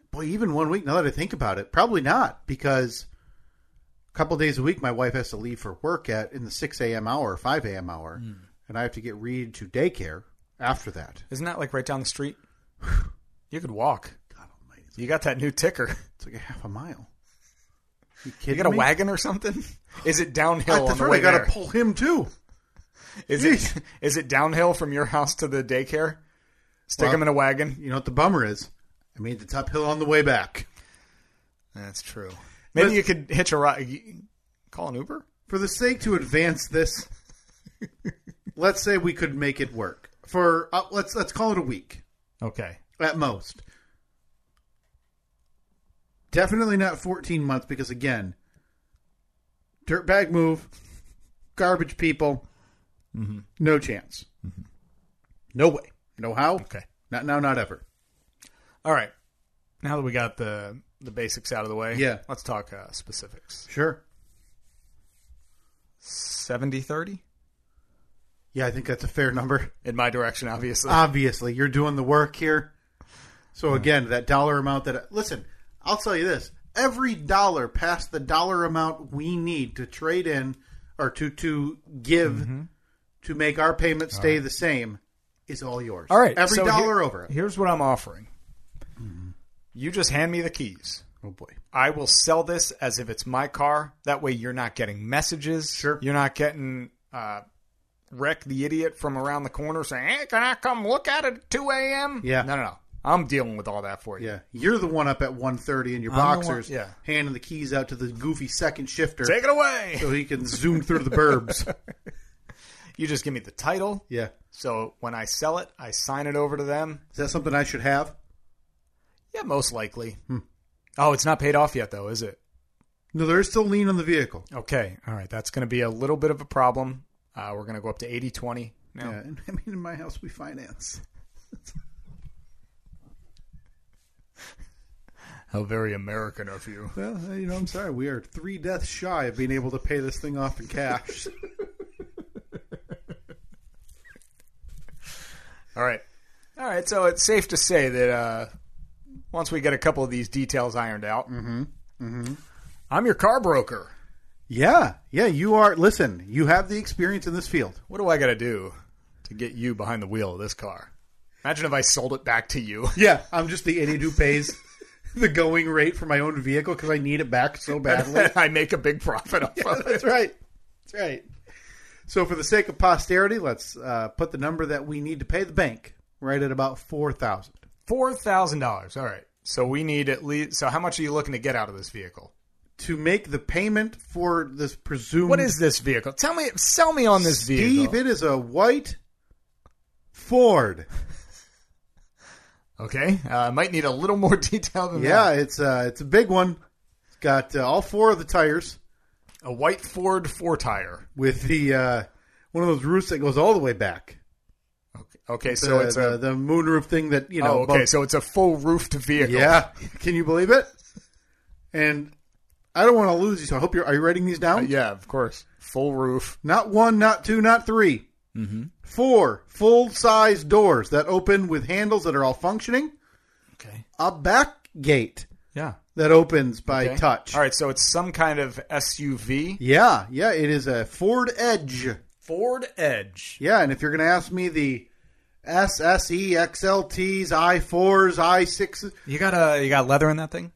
B: Boy, even one week. Now that I think about it, probably not because a couple days a week my wife has to leave for work at in the six a.m. hour, five a.m. hour,
C: Hmm.
B: and I have to get Reed to daycare after that.
C: Isn't that like right down the street? You could walk.
B: God almighty, it's-
C: You got that new ticker.
B: it's like a half a mile. You
C: You
B: kidding
C: got a
B: me?
C: wagon or something? Is it downhill
B: At the
C: on the
B: front,
C: way
B: I got
C: there?
B: to pull him too.
C: Is it is it downhill from your house to the daycare? Stick
B: Well-
C: them in a wagon.
B: You know what the bummer is? I made the top hill on the way back.
C: That's true. Maybe you could hitch a ride. Call an Uber.
B: For the sake to advance this, let's say we could make it work for uh, let's let's call it a week
C: Okay.
B: at most. Definitely not 14 months because again, dirtbag move, garbage people, no chance, no way, no how.
C: Okay.
B: not now, not ever.
C: All right. Now that we got the the basics out of the way,
B: Yeah.
C: let's talk uh, specifics.
B: Sure.
C: 70 30
B: Yeah, I think that's a fair number.
C: in my direction obviously.
B: Uh, obviously you're doing the work here so again that dollar amount that listen i'll tell you this every dollar past the dollar amount we need to trade in or to to give
C: Mm-hmm.
B: to make our payment stay the same is all yours
C: All right.
B: every
C: so
B: dollar
C: here-
B: over it
C: Here's what I'm offering.
B: Mm-hmm.
C: You just hand me the keys.
B: oh boy
C: I will sell this as if it's my car. That way you're not getting messages.
B: Sure.
C: You're not getting uh Wreck the idiot from around the corner saying, Hey, can I come look at it at two AM?
B: Yeah.
C: No no no. I'm dealing with all that for you.
B: Yeah, you're the one up at 1:30 in your
D: I'm the one-
B: boxers,
C: yeah.
B: handing the keys out to the goofy second shifter
C: Take it away.
B: so he can zoom through the burbs.
C: You just give me the title.
B: Yeah,
C: So when I sell it, I sign it over to them.
B: is that something I should have?
C: Yeah, most likely. Oh, it's not paid off yet, though, is it?
B: No, there is still lien on the vehicle.
C: Okay. All right. That's going to be a little bit of a problem. Uh, we're going to go up to 80 20 now.
B: Yeah, and I mean, in my house we finance.
C: How very American of you.
B: Well, uh, you know, I'm sorry, we are three deaths shy of being able to pay this thing off in cash.
C: All right. All right. So it's safe to say that uh, once we get a couple of these details ironed out, mm-hmm. Mm-hmm. I'm your car broker.
B: yeah, yeah, you are. Listen, you have the experience in this field.
C: What do I got to do to get you behind the wheel of this car? Imagine if I sold it back to you.
B: Yeah, I'm just the idiot who pays the going rate for my own vehicle because I need it back so badly.
C: I make a big profit off of it.
B: That's right. That's right. So, for the sake of posterity, let's uh, put the number that we need to pay the bank right at about four thousand.
C: Four thousand dollars. All right. So we need at least. So how much are you looking to get out of this vehicle?
B: To make the payment for this presumed
C: What is this vehicle? Tell me. Sell me on this vehicle.
B: Steve, it is a white Ford.
C: Okay. Uh, I might need a little more detail than
B: Yeah,
C: that.
B: it's uh, it's a big one. It's got uh, all four of the tires
C: A white Ford four tire.
B: with the uh, one of those roofs that goes all the way back.
C: Okay. Okay. So
B: the,
C: it's
B: the,
C: a.
B: the moonroof thing that you know.
C: oh, okay.
B: bumps-
C: So it's a full roofed vehicle.
B: yeah, can you believe it? And I don't want to lose you, so I hope you're. Are you writing these down?
C: Uh, Yeah. Of course. Full roof.
B: Not one, not two, not 3
C: Mm-hmm.
B: Four full size doors that open with handles that are all functioning.
C: Okay.
B: A back gate
C: Yeah.
B: that opens by
C: Okay.
B: touch.
C: All right. So it's some kind of SUV.
B: Yeah, yeah, it is a Ford Edge.
C: Ford Edge.
B: Yeah, and if you're going to ask me the E, SSE, XLTs, I4s, I6s,
D: You got a you got leather in that thing?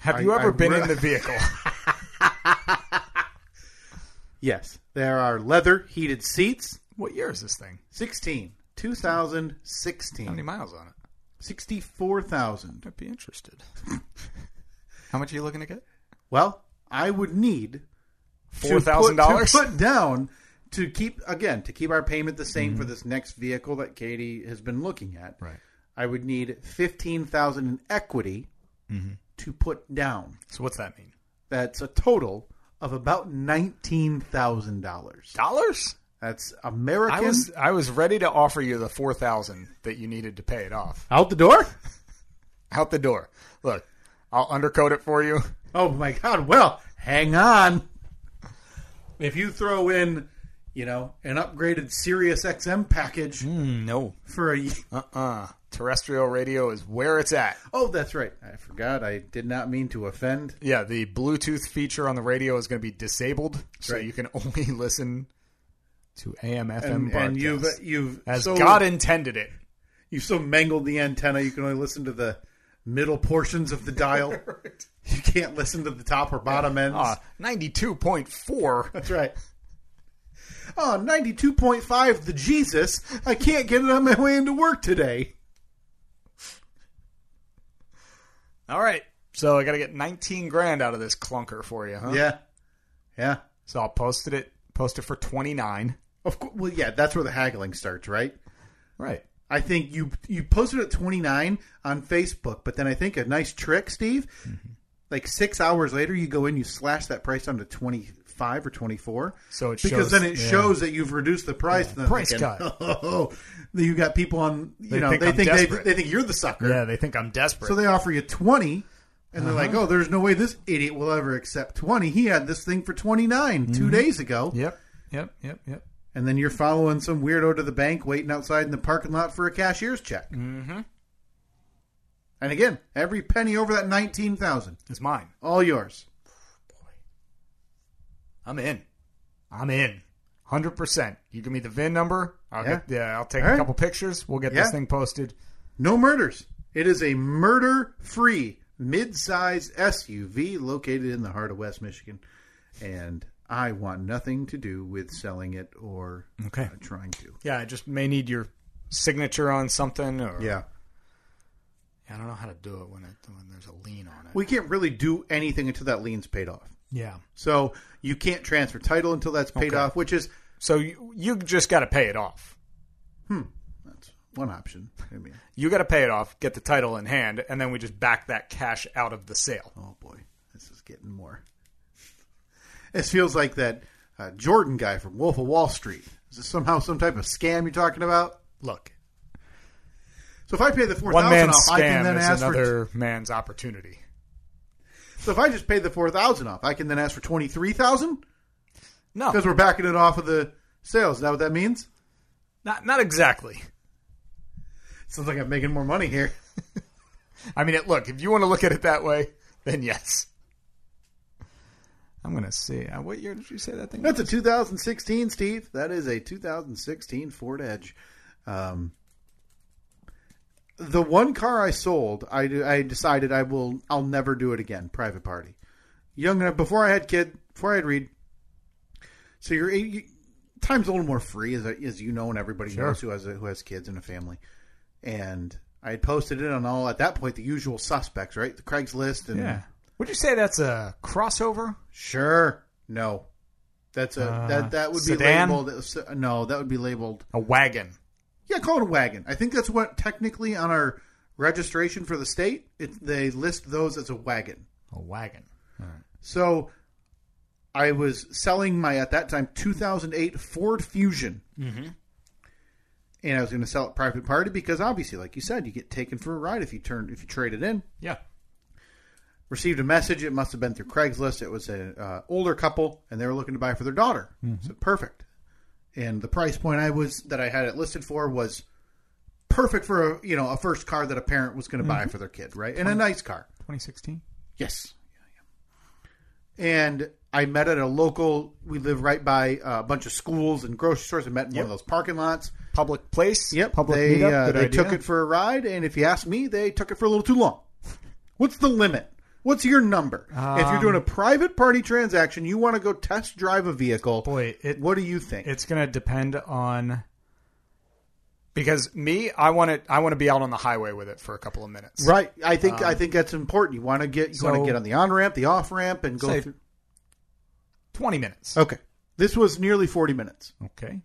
C: Have
B: I-
C: you ever
B: I
C: been
B: re-
C: in the vehicle?
B: yes, there are leather heated seats.
C: what year is this thing?
B: 16.
D: How many
B: 2016.
D: miles on it?
B: 64,000.
D: I'd be interested. How much are you looking to get?
B: Well, I would need to
C: Four thousand dollars.
B: put to put down to keep again to keep our payment the same for this next vehicle that Katie has been looking at.
D: Right.
B: I would need fifteen thousand in equity to put down.
C: So what's that mean?
B: That's a total of about nineteen thousand dollars.
C: Dollars?
B: That's American
C: I was I was ready to offer you the four thousand that you needed to pay it off
B: out the door.
C: out the door. Look, I'll undercoat it for you.
B: Oh my God! Well, hang on. If you throw in, you know, an upgraded Sirius XM package
D: no.
B: for a
C: Uh uh Terrestrial radio is where it's at.
B: Oh, that's right. I forgot. I did not mean to offend.
C: Yeah, the Bluetooth feature on the radio is going to be disabled, so
B: Right.
C: you can only listen to AM
B: And,
C: FM broadcasts.
B: and you've you've
C: as
B: so,
C: God intended it.
B: you've so mangled the antenna you can only listen to the middle portions of the dial. You can't listen to the top or bottom ends.
C: Uh, 92.4.
B: That's right. Oh, 92.5 the Jesus. I can't get it on my way into work today.
C: All right. So I got to get 19 grand out of this clunker for you, huh?
B: Yeah. Yeah.
C: So I'll post it post it for 29.
B: Of course, well yeah, that's where the haggling starts, right?
C: Right.
B: I think you you posted at 29 on Facebook, but then I think a nice trick, Steve.
C: Mm-hmm.
B: Like six hours later, you go in, you slash that price down to 25 or 24.
C: So it
B: because
C: shows-
B: then it
C: yeah.
B: shows that you've reduced the price. and then
C: price
B: thinking,
C: cut.
B: Oh, you got people on. You
C: They
B: know,
C: think
B: they
C: I'm
B: think they,
C: desperate.
B: they think you're the sucker.
C: Yeah, they think I'm desperate.
B: So they offer you 20, and they're like, "Oh, there's no way this idiot will ever accept 20. He had this thing for 29 two days ago."
C: yep, yep, yep, yep.
B: And then you're following some weirdo to the bank, waiting outside in the parking lot for a cashier's check. Mm-hmm. And again, every penny over that nineteen thousand,
C: It's mine.
B: all yours.
C: I'm in. I'm in. Hundred percent. You give me the VIN number. I'll
B: Yeah.
C: get, yeah, I'll take
B: All
C: a
B: right.
C: couple pictures. We'll get
B: Yeah.
C: this thing posted.
B: No murders. It is a murder-free mid-size SUV located in the heart of West Michigan, and I want nothing to do with selling it or
C: Okay.
B: uh, trying to.
C: Yeah, I just may need your signature on something, or
B: Yeah.
C: I don't know how to do it when it when there's a lien on it.
B: We can't really do anything until that lien's paid off.
C: Yeah.
B: So you can't transfer title until that's paid off, which is
C: So you, you just got to pay it off.
B: that's one option. I mean,
C: You got to pay it off, get the title in hand, and then we just back that cash out of the sale.
B: oh boy, this is getting more. This feels like that uh, Jordan guy from Wolf of Wall Street. Is this somehow some type of scam you're talking about?
C: Look,
B: So if I pay the four
C: one
B: thousand
C: man's
B: off, I can then
C: scam is
B: ask for.
C: another man's opportunity.
B: So if I just paid the four thousand off, I can then ask for twenty three thousand
C: No,
B: because we're backing it off of the sales. Is that what that means?
C: not not exactly.
B: Sounds like I'm making more money here.
C: I mean, it, look, if you want to look at it that way, then yes. I'm gonna see. Uh, What year did you say that thing?
B: That's a 2016, Steve. That is a 2016 Ford Edge. Um, the one car I sold, I, I decided I will I'll never do it again. Private party, young enough before I had kid, before I had Reed. So you're you, time's a little more free, as as you know, and everybody knows who has who has kids and a family. And I had posted it on all at that point the usual suspects, right? The Craigslist and
C: Yeah. Would you say that's a crossover?
B: Sure. No. That's a
C: Uh,
B: that that would be
C: sedan?
B: labeled. as- No, that would be labeled.
C: A wagon?
B: Yeah, call it a wagon. I think that's what technically on our registration for the state, it, they list those as a wagon.
C: A wagon.
B: So I was selling my at that time 2008 Ford Fusion. Mm-hmm. And I was going to sell it private party because obviously, like you said, you get taken for a ride if you turn if you trade it in.
C: Yeah.
B: received a message. It must have been through Craigslist. It was an uh, older couple, and they were looking to buy for their daughter. So perfect. And the price point I was that I had it listed for was perfect for a you know a first car that a parent was going to buy for their kid, right? And a nice car.
C: 2016.
B: Yes. And I met at a local. We live right by uh, a bunch of schools and grocery stores. I met in one of those parking lots.
C: Public place.
B: Yep.
C: Public
B: they
C: meetup.
B: uh,
C: Good
B: they
C: idea.
B: took it for a ride, and if you ask me, they took it for a little too long. What's the limit? What's your number? if you're
C: Um,
B: doing a private party transaction, you want to go test drive a vehicle.
C: Boy, it-
B: what do you think?
C: It's going to depend on because me, I want to I want to be out on the highway with it for a couple of minutes.
B: right. I think I think that's important. You want to get you want to
C: um, so-
B: get on the on ramp, the off ramp, and go
C: Say-
B: through.
C: 20 minutes.
B: Okay. This was nearly 40 minutes.
C: Okay.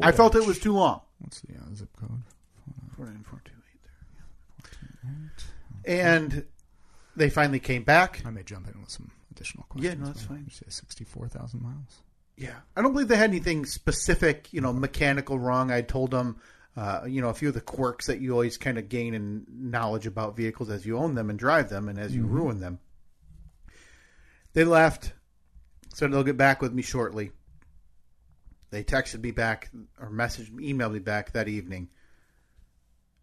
B: I felt it was too long.
C: What's the uh, zip code?
B: And they finally came back.
C: I may jump in with some additional
B: Yeah,
C: questions.
B: no, that's
C: but
B: fine.
C: you Say 64,000 miles.
B: Yeah, I don't believe they had anything specific, you know, mechanical wrong. I told them, uh, you know, a few of the quirks that you always kind of gain in knowledge about vehicles as you own them and drive them, and as you ruin them. They left, said they'll get back with me shortly. They texted me back or messaged, me, emailed me back that evening.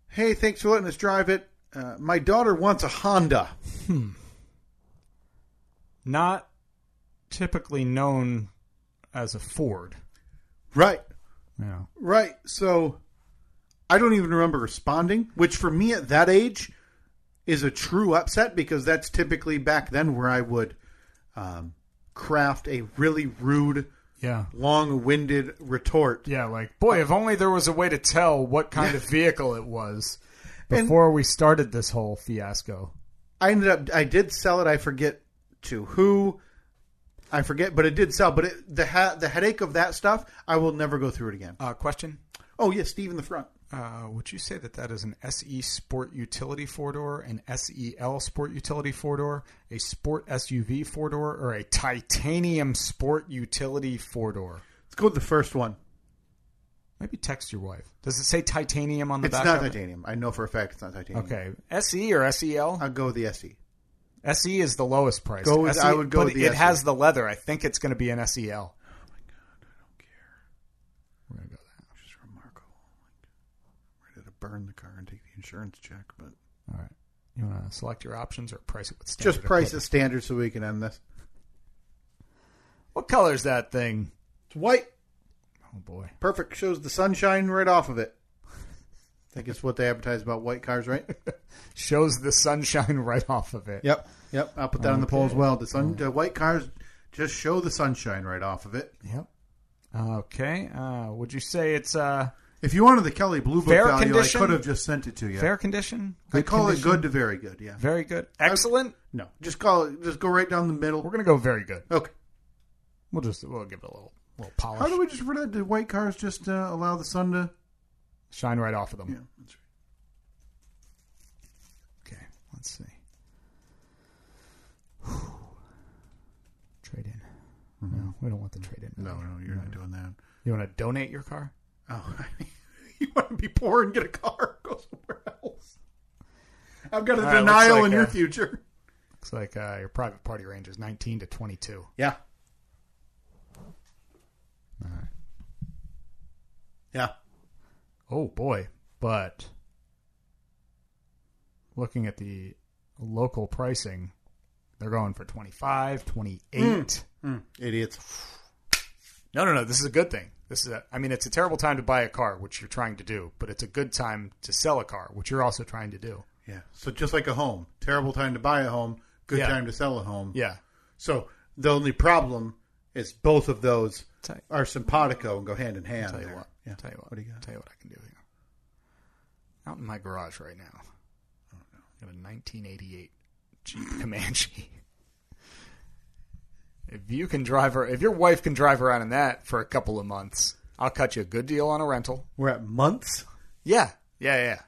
B: Hey, thanks for letting us drive it. Uh, my daughter wants a Honda.
C: Not typically known as a Ford.
B: Right.
C: Yeah.
B: Right. So I don't even remember responding, which for me at that age is a true upset because that's typically back then where I would um, craft a really rude,
C: Yeah.
B: long winded retort.
C: Yeah, like boy, if only there was a way to tell what kind of vehicle it was before we started this whole fiasco.
B: I ended up, I did sell it. I forget to who. I forget, but it did sell. But it, the ha- the headache of that stuff, I will never go through it again.
C: Uh, question:
B: Oh yeah, Steve in the front.
C: uh, Would you say that that is an SE Sport Utility four door, an SEL Sport Utility four door, a Sport SUV four door, or a Titanium Sport Utility four door?
B: Let's go with the first one.
C: Maybe text your wife. Does it say titanium on the
B: It's
C: back?
B: not
C: of it?
B: titanium. I know for a fact it's not titanium.
C: Okay, SE or E SEL?
B: I'll go with the E. SE.
C: SE E is the lowest price. E,
B: Go with- I would go
C: but
B: with the E
C: it
B: SE.
C: has the leather. I think it's going to be an E SEL. Oh my god, I don't care. We're gonna go that.
B: It's remarkable. Like, ready to burn the car and take the insurance check, but
C: All right. You want to select your options or price it with standard?
B: just price
C: equipment?
B: is standard so we can end this.
C: What color is that thing?
B: It's white,
C: Oh boy.
B: perfect. Shows the sunshine right off of it. I think it's what they advertise about white cars, right?
C: Shows the sunshine right off of it.
B: yep, yep. Mm. I'll put that on the poll as well. The sun, the white cars just show the sunshine right off of it.
C: Yep. Okay. Uh, would you say it's uh
B: If you wanted the Kelly Blue Book
C: Fair
B: value,
C: condition?
B: I could have just sent it to you.
C: Fair condition.
B: I call
C: condition?
B: it good to very good. Yeah.
C: Very good. Excellent.
B: No, just call it. Just go right down the middle.
C: We're gonna go very good.
B: Okay.
C: We'll just we'll give it a little little
B: How
C: polish.
B: do we just refer Did white cars just uh, allow the sun to?
C: Shine right off of them.
B: Yeah, that's right.
C: Okay, let's see. Trade in. No, we don't want the trade
B: Mm-hmm.
C: in.
B: No, no, you're not doing that.
C: You want to donate your car?
B: Oh, I mean, you want to be poor and get a car? Go somewhere else. I've got a
C: right, looks
B: denial
C: like
B: in your
C: a-
B: future.
C: Looks like uh, your private party range is 19 to 22.
B: Yeah.
C: All right.
B: Yeah.
C: Oh boy, but looking at the local pricing, they're going for 25, 28.
B: Hmm, idiots.
C: No, no, no. This is a good thing. This is a, I mean, it's a terrible time to buy a car, which you're trying to do, but it's a good time to sell a car, which you're also trying to do.
B: Yeah. So just like a home, terrible time to buy a home, good
C: Yeah.
B: time to sell a home.
C: Yeah.
B: So the only problem is both of those
C: Tell,
B: are simpatico and go hand in hand.
C: tell you
B: there.
C: what.
B: Yeah.
C: Tell you what.
B: What do you got?
C: Tell you what I can do here. Out in my garage right now.
B: Oh,
C: I got a 1988 Jeep Comanche. If you can drive her, if your wife can drive around in that for a couple of months, I'll cut you a good deal on a rental.
B: We're at months.
C: Yeah, yeah, yeah.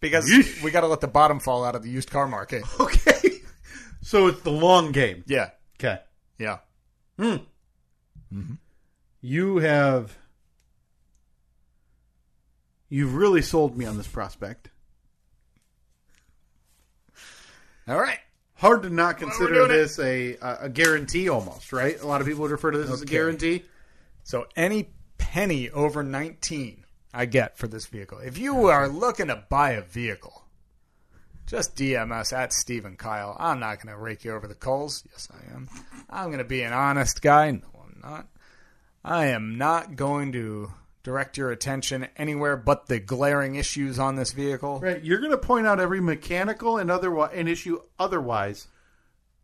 C: Because
B: Yeesh.
C: we got to let the bottom fall out of the used car market.
B: Okay. so it's the long game.
C: Yeah,
B: Okay.
C: yeah.
B: You have. You've really sold me on this prospect.
C: All right.
B: Hard to not
C: doing
B: consider
C: it.
B: this a a guarantee almost, right? A lot of people would refer to this as a
C: Okay.
B: guarantee.
C: So any penny over 19 I get for this vehicle. If you are looking to buy a vehicle, just DM us at Stephen Kyle. I'm not going to rake you over the coals. Yes, I am. I'm going to be an honest guy. No, I'm not. I am not going to direct your attention anywhere but the glaring issues on this vehicle.
B: Right. You're going to point out every mechanical and otherwise an issue otherwise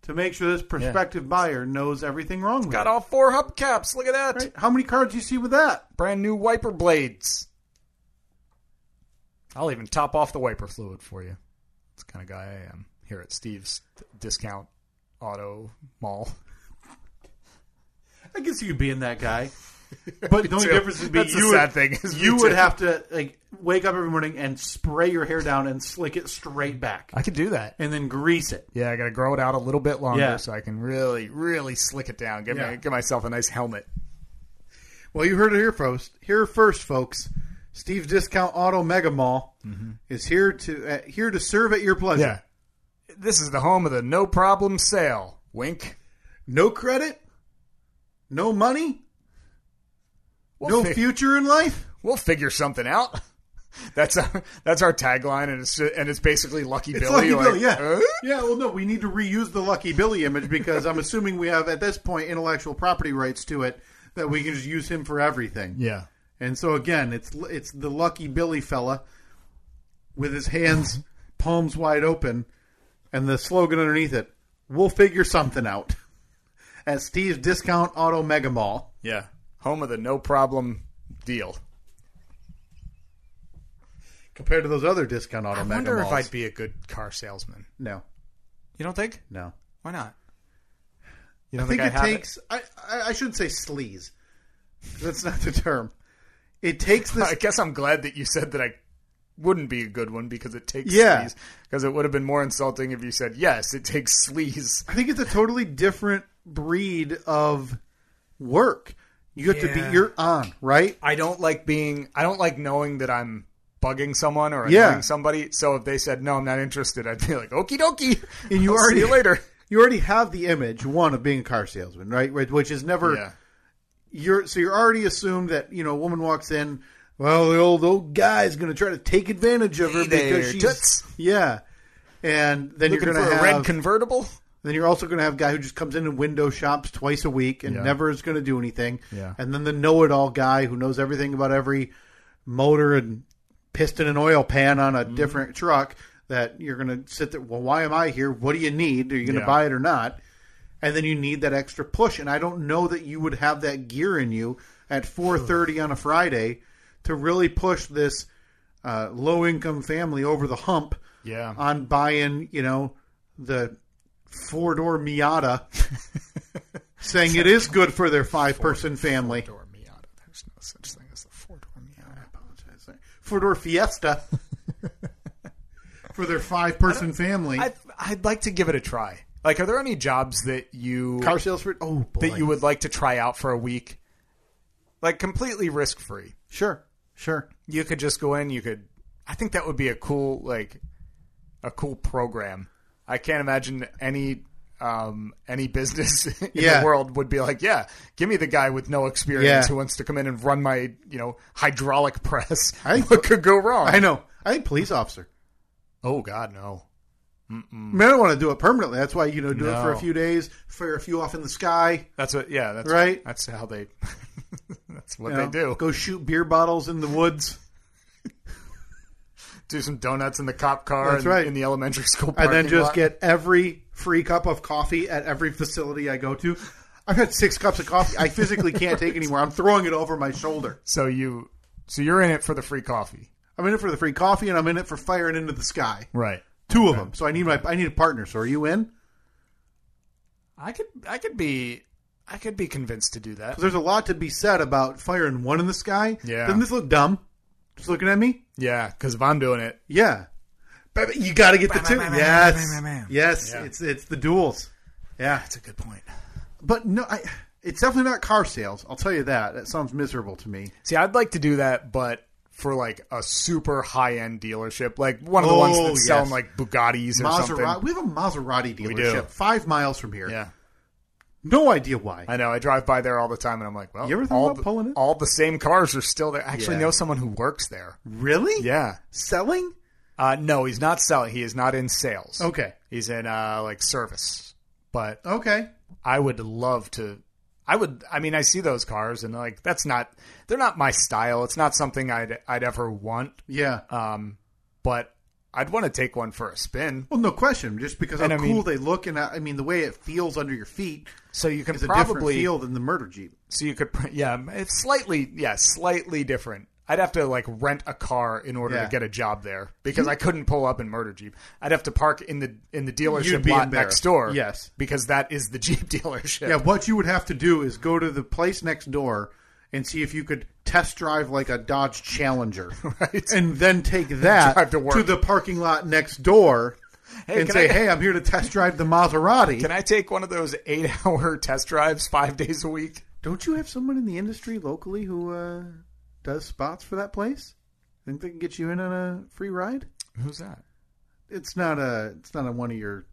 B: to make sure this prospective buyer knows everything wrong with
C: Got
B: it.
C: all four hubcaps. Look at that.
B: Right? How many cards you see with that?
C: brand new wiper blades. I'll even top off the wiper fluid for you. That's the kind of guy I am here at Steve's discount auto mall.
B: I guess you could be in that guy. But the only
C: too.
B: difference would be
C: That's the
B: you
C: sad
B: would,
C: thing is me
B: you would
C: too.
B: have to like wake up every morning and spray your hair down and slick it straight back
C: I could do that.
B: and then grease it.
C: Yeah, I got to grow it out a little bit longer
B: Yeah.
C: so I can really, really slick it down. Give
B: Yeah.
C: me, give myself a nice helmet.
B: Well, you heard it here first. Here first, folks. Steve's Discount Auto Mega Mall is here to uh, here to serve at your pleasure.
C: Yeah, this is the home of the no problem sale. Wink.
B: No credit, no money,
C: We'll
B: no
C: fi-
B: future in life.
C: We'll figure something out. That's our that's our tagline, and it's ju- and it's basically Lucky
B: It's
C: Billy.
B: Lucky
C: like,
B: Billy, yeah,
C: huh?
B: yeah. Well, no, we need to reuse the Lucky Billy image because I'm assuming we have at this point intellectual property rights to it that we can just use him for everything.
C: yeah.
B: And so again, it's it's the Lucky Billy fella with his hands palms wide open, and the slogan underneath it: "We'll figure something out." At Steve's Discount Auto Mega Mall.
C: Yeah. Home of the no problem deal.
B: Compared to those other discount auto
C: I
B: mega
C: wonder if
B: malls.
C: I'd be a good car salesman.
B: No,
C: You don't think?
B: no.
C: Why not? You don't
B: I think it
C: have
B: takes. I, I I shouldn't say sleaze. That's not the term. It takes
C: I
B: this.
C: guess I'm glad that you said that I wouldn't be a good one because it takes
B: Yeah.
C: sleaze. Because it would have been more insulting if you said, yes, it takes sleaze.
B: I think it's a totally different breed of work. You have to
C: Yeah.
B: be. You're on right.
C: I don't like being, I don't like knowing that I'm bugging someone or annoying
B: Yeah.
C: somebody. So if they said, no, I'm not interested, I'd be like, okie dokie.
B: And you
C: I'll
B: already-
C: see you later.
B: You already have the image one of being a car salesman, right? Right, Which is never
C: Yeah.
B: you're. So you're already assumed that you know a woman walks in. Well, the old old guy's going to try to take advantage of her
C: Hey there,
B: because she's
C: toots.
B: yeah. And then
C: Looking
B: you're
C: for
B: going to
C: a
B: have
C: red convertible?
B: Then you're also going to have a guy who just comes in and window shops twice a week and
C: Yeah.
B: never is going to do anything.
C: Yeah.
B: And then the know-it-all guy who knows everything about every motor and piston and oil pan on a
C: Mm-hmm.
B: different truck that you're going to sit there, well, why am I here? What do you need? Are you going to
C: Yeah.
B: buy it or not? And then you need that extra push. And I don't know that you would have that gear in you at 4.30 on a Friday to really push this uh, low income family over the hump
C: Yeah.
B: on buying, you know, the four door Miata, saying it is good for their five person family.
C: Door Miata. There's no such thing as the four door Miata.
B: Four door Fiesta for their five person family.
C: I, I'd like to give it a try. Like, are there any jobs that you
B: Car sales for oh boy.
C: that you would like to try out for a week? Like completely risk free.
B: sure sure
C: You could just go in. You could. I think that would be a cool like a cool program. I can't imagine any um any business in
B: Yeah.
C: the world would be like, yeah, give me the guy with no experience
B: Yeah.
C: who wants to come in and run my you know hydraulic press.
B: I-
C: what could go wrong?
B: I know I think police officer
C: Oh God, no.
B: I, mean, I don't want to do it permanently that's why you know do it for a
C: Mm. No.
B: few days fire a few off in the sky
C: That's what. Yeah, that's
B: Right.
C: That's how they. that's what
B: you
C: they
B: know,
C: do.
B: go shoot beer bottles in the woods
C: do some donuts in the cop car
B: That's
C: in,
B: right.
C: in the elementary school
B: and
C: parking
B: then just
C: lot.
B: get every free cup of coffee at every facility I go to. I've had six cups of coffee. I physically can't take anymore. I'm throwing it over my shoulder.
C: so you so you're in it for the free coffee
B: I'm in it for the free coffee, and I'm in it for firing into the sky.
C: right
B: Two of them. So I need my I need a partner. So are you in? 'Cause
C: i could i could be i could be convinced to do that
B: there's a lot to be said about firing one in the sky.
C: Yeah.
B: Doesn't this look dumb? Just looking at me.
C: yeah because if i'm doing it
B: Yeah. But you got to get the two. Yes.
D: bam, bam.
B: Yes. It's it's the duels. Yeah.
C: that's a good point
B: But no, I, it's definitely not car sales. I'll tell you that. That sounds miserable to me.
C: see i'd like to do that but for like a super high end dealership like one of the ones
B: Oh,
C: that's selling
B: yes.
C: like bugattis or
B: Maserati.
C: something
B: We have a Maserati
C: do.
B: dealership five miles from here.
C: yeah
B: No idea why.
C: I know. I drive by there all the time, and I'm like, "Well,
B: You ever thought
C: all
B: about
C: the,
B: pulling it?
C: All the same cars are still there. I actually
B: Yeah.
C: know someone who works there.
B: really?
C: Yeah.
B: Selling?
C: Uh, no, he's not selling. He is not in sales.
B: Okay.
C: He's in uh, like service. But
B: Okay.
C: I would love to. I would. I mean, I see those cars, and like that's not. They're not my style. It's not something I'd I'd ever want.
B: Yeah.
C: Um, but I'd want to take one for a spin.
B: well, no question. Just because how
C: And I
B: cool
C: mean-
B: they look, and uh, I, I mean the way it feels under your feet
C: So you can
B: is a different
C: probably.
B: feel than the murder jeep.
C: So you could. Yeah, it's slightly. Yeah, slightly different. I'd have to like rent a car in order
B: Yeah.
C: to get a job there because I couldn't pull up in murder jeep. I'd have to park in the in the dealership
B: be
C: lot
B: embarrassed.
C: next door.
B: Yes.
C: because that is the jeep dealership.
B: Yeah. What you would have to do is go to the place next door and see if you could test drive like a Dodge Challenger,
C: Right.
B: and then take that
C: drive to work.
B: the parking lot next door. and
C: can
B: say,
C: I-
B: "Hey, I'm here to test drive the Maserati."
C: Can I take one of those eight hour test drives five days a week?
B: Don't you have someone in the industry locally who uh, does spots for that place? Think they can get you in on a free ride?
C: Who's that?
B: It's not a it's not on one of your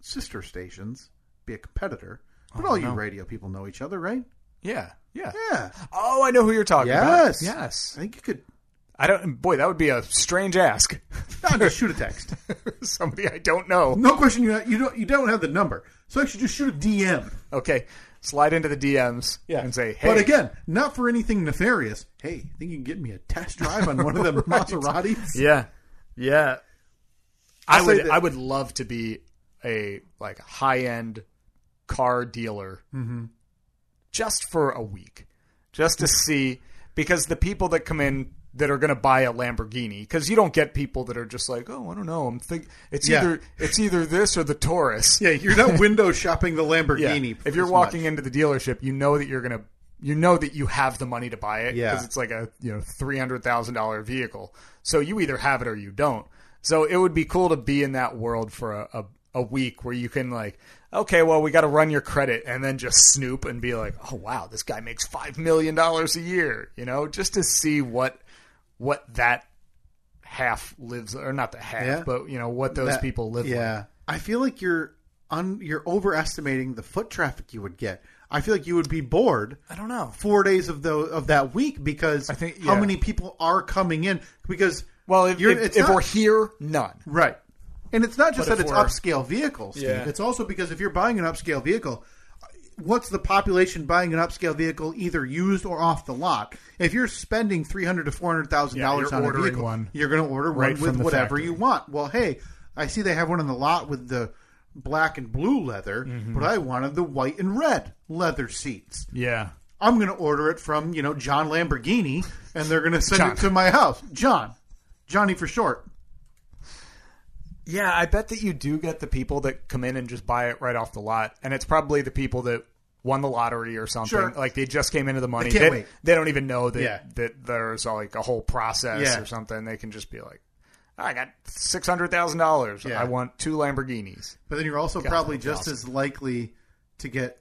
B: sister stations. Be a competitor,
C: Oh,
B: but all you radio people know each other, right?
C: Yeah. Yeah.
B: Yeah.
C: Oh, I know who you're talking
B: Yes.
C: about.
B: I
C: Yes.
B: think you could.
C: I don't boy, that would be a strange ask.
B: No, just shoot a text.
C: Somebody I don't know.
B: No question. You you don't you don't have the number, so actually just shoot a DM.
C: Okay. Slide into the DMs and say, "Hey,
B: But again, not for anything nefarious. Hey, think you can get me a test drive on one of them Maseratis?
C: yeah. Yeah. I
B: I'll say
C: would
B: that-
C: I would love to be a like high-end car dealer.
B: Mm-hmm.
C: Just for a week. Just to see because the people that come in that are going to buy a Lamborghini cuz you don't get people that are just like, "Oh, I don't know. I'm think it's
B: Yeah.
C: either it's either this or the Taurus."
B: Yeah, you're not window shopping the
C: Yeah.
B: Lamborghini.
C: If you're
B: as
C: walking
B: much.
C: into the dealership, you know that you're gonna, you know that you have the money to buy it.
B: Yeah.
C: it's like a you know three hundred thousand dollar vehicle. So you either have it or you don't. So it would be cool to be in that world for a, a, a week where you can like, okay, well we got to run your credit and then just snoop and be like, oh wow, this guy makes five million dollars a year. You know, just to see what what that half lives or not the half,
B: Yeah.
C: but you know what those
B: That-
C: people live. like.
B: yeah, I feel like you're un, you're overestimating the foot traffic you would get. I feel like you would be bored
C: I don't know.
B: four days of the of that week because I
C: think-
B: how
C: yeah.
B: many people are coming in because
C: Well, if,
B: you're,
C: if,
B: it's
C: if
B: not-
C: we're here, none.
B: Right. And it's not just
C: But
B: that
C: if
B: it's
C: we're-
B: upscale vehicles.
C: Yeah.
B: It's also because if you're buying an upscale vehicle, what's the population buying an upscale vehicle either used or off the lot? If you're spending three hundred to four hundred thousand dollars
C: Yeah,
B: on
C: you're
B: a
C: ordering
B: vehicle,
C: one
B: you're going to order
C: right
B: one with
C: from the
B: whatever you
C: factory.
B: want. Well, hey, I see they have one on the lot with the
C: Mm-hmm.
B: black and blue leather, but I wanted the white and red leather seats.
C: Yeah.
B: I'm going to order it from, you know, John Lamborghini and they're going to send
C: John.
B: it to my house. John. Johnny for short.
C: Yeah, I bet that you do get the people that come in and just buy it right off the lot, and it's probably the people that won the lottery or something.
B: Sure.
C: Like they just came into the money.
B: They can't wait.
C: they don't even know that
B: Yeah.
C: that there's uh, like a whole process
B: Yeah.
C: or something. They can just be like, "I got six hundred thousand dollars.
B: Yeah.
C: I want two Lamborghinis."
B: But then you're also probably just as likely to get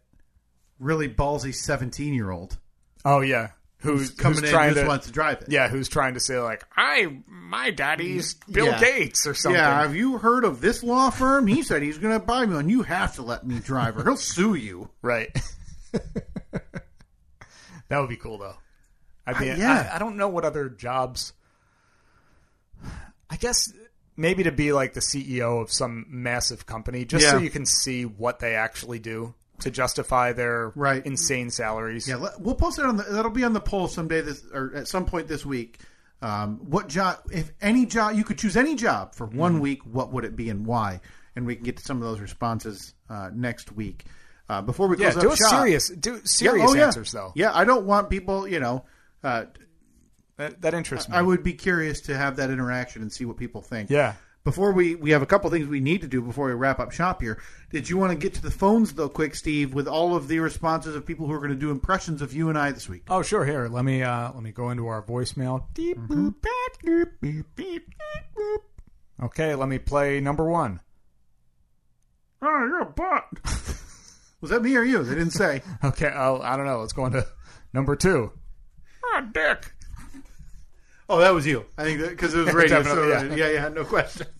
B: really ballsy 17 year old
C: Oh yeah, who's,
B: coming
C: who's
B: in
C: trying
B: and just
C: to
B: wants to drive it.
C: yeah, who's trying to say like, "I my daddy's Bill
B: Yeah.
C: Gates" or something.
B: Yeah, have you heard of this law firm? He said he's going to buy me one. You have to let me drive, or he'll sue you.
C: Right. that would be cool though. I mean,
B: yeah.
C: I, I don't know what other jobs. I guess maybe to be like the CEO of some massive company, just so
B: Yeah.
C: you can see what they actually do to justify their
B: Right.
C: insane salaries.
B: Yeah, let, we'll post it on the. That'll be on the poll someday, this or at some point this week. Um, what job? If any job, you could choose any job
C: Mm-hmm.
B: for one week. What would it be and why? And we can get to some of those responses uh, next week. Uh, before we
C: Yeah,
B: close
C: do
B: up
C: a
B: shop,
C: serious, do
B: Yeah,
C: serious
B: oh, yeah.
C: answers though.
B: Yeah, I don't want people. You know, uh,
C: That, that interests me.
B: I would be curious to have that interaction and see what people think.
C: yeah.
B: Before we we have a couple things we need to do before we wrap up shop here. Did you want to get to the phones though, quick, Steve, with all of the responses of people who are going to do impressions of you and I this week?
C: Oh sure, here. Let me uh let me go into our voicemail. Deep
B: Mm-hmm.
C: boop, bat, doop, beep, beep, beep, boop. Okay, let me play number one.
B: Oh, you're a butt. Was that me or you? They didn't say.
C: Okay, I'll, I don't know. Let's go on to number two.
B: Ah,
C: Oh, dick.
B: oh, that was you. I think because it was radio. so,
C: Definitely,
B: yeah.
C: yeah.
B: yeah, no question.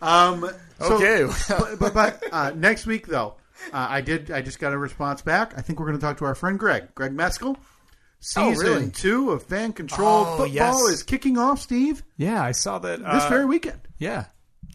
B: Um. so-
C: Okay.
B: but but, but uh, next week though, uh, I did. I just got a response back. I think we're going to talk to our friend Greg, Greg Meskel. Season
C: Oh, really?
B: two of Fan Control
C: Oh,
B: Football
C: yes.
B: is kicking off, Steve,
C: yeah, I saw that. Uh,
B: this very weekend.
C: yeah,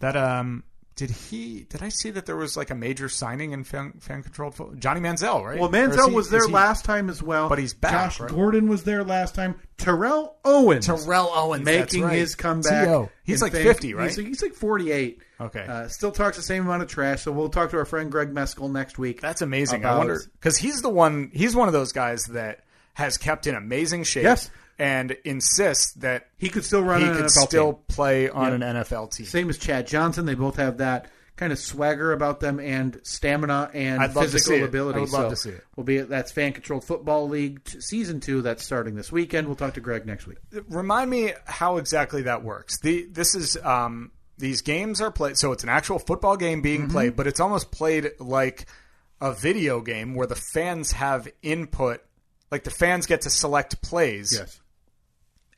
C: that um, did he? Did I see that there was like a major signing in fan, fan controlled fo- Johnny Manziel, right?
B: Well,
C: Or is
B: Manziel
C: he-
B: was
C: is
B: there
C: he-
B: last time as well,
C: But he's back,
B: Josh
C: right?
B: Gordon was there last time. Terrell Owens,
C: Terrell Owens that's
B: making
C: right.
B: his comeback.
C: T.O.. He's
B: in
C: like
B: Fan-
C: fifty, right?
B: He's, he's like forty-eight.
C: Okay.
B: uh, still talks the same amount of trash. So we'll talk to our friend Greg Meskel next week.
C: That's amazing. I
B: About-
C: wonder because he's the one. He's one of those guys that has kept in amazing shape.
B: Yes.
C: and insists that
B: he could still run.
C: he
B: an
C: could
B: NFL
C: still
B: team.
C: play on an NFL team.
B: same as Chad Johnson. They both have that kind of swagger about them and stamina and
C: I'd love to
B: physical
C: see it.
B: ability.
C: I would love
B: So
C: to see it.
B: We'll be that's Fan Controlled Football League t- season two. That's starting this weekend. We'll talk to Greg next week.
C: remind me how exactly that works. The this is um these games are played so it's an actual football game being
B: Mm-hmm.
C: played, but it's almost played like a video game where the fans have input like the fans get to select plays
B: Yes.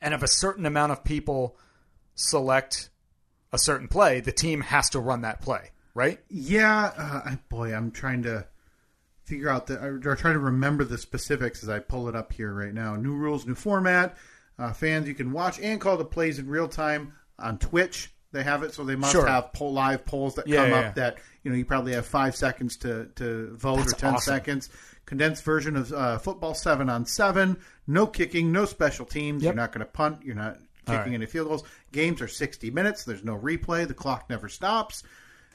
C: and if a certain amount of people select a certain play, the team has to run that play, right?
B: Yeah, uh, I- boy, I'm trying to figure out the. Or try to remember the specifics as I pull it up here right now. New rules, new format. Uh, fans, you can watch and call the plays in real time on Twitch. They have it, so they must
C: Sure.
B: have poll live polls that
C: Yeah,
B: come
C: yeah,
B: up
C: yeah.
B: that you know you probably have five seconds to to vote or ten
C: awesome.
B: seconds. Condensed version of uh, football seven on seven. No kicking, no special teams. You're not going to punt. You're not kicking
C: right.
B: any field goals. Games are 60 minutes. There's no replay. The clock never stops.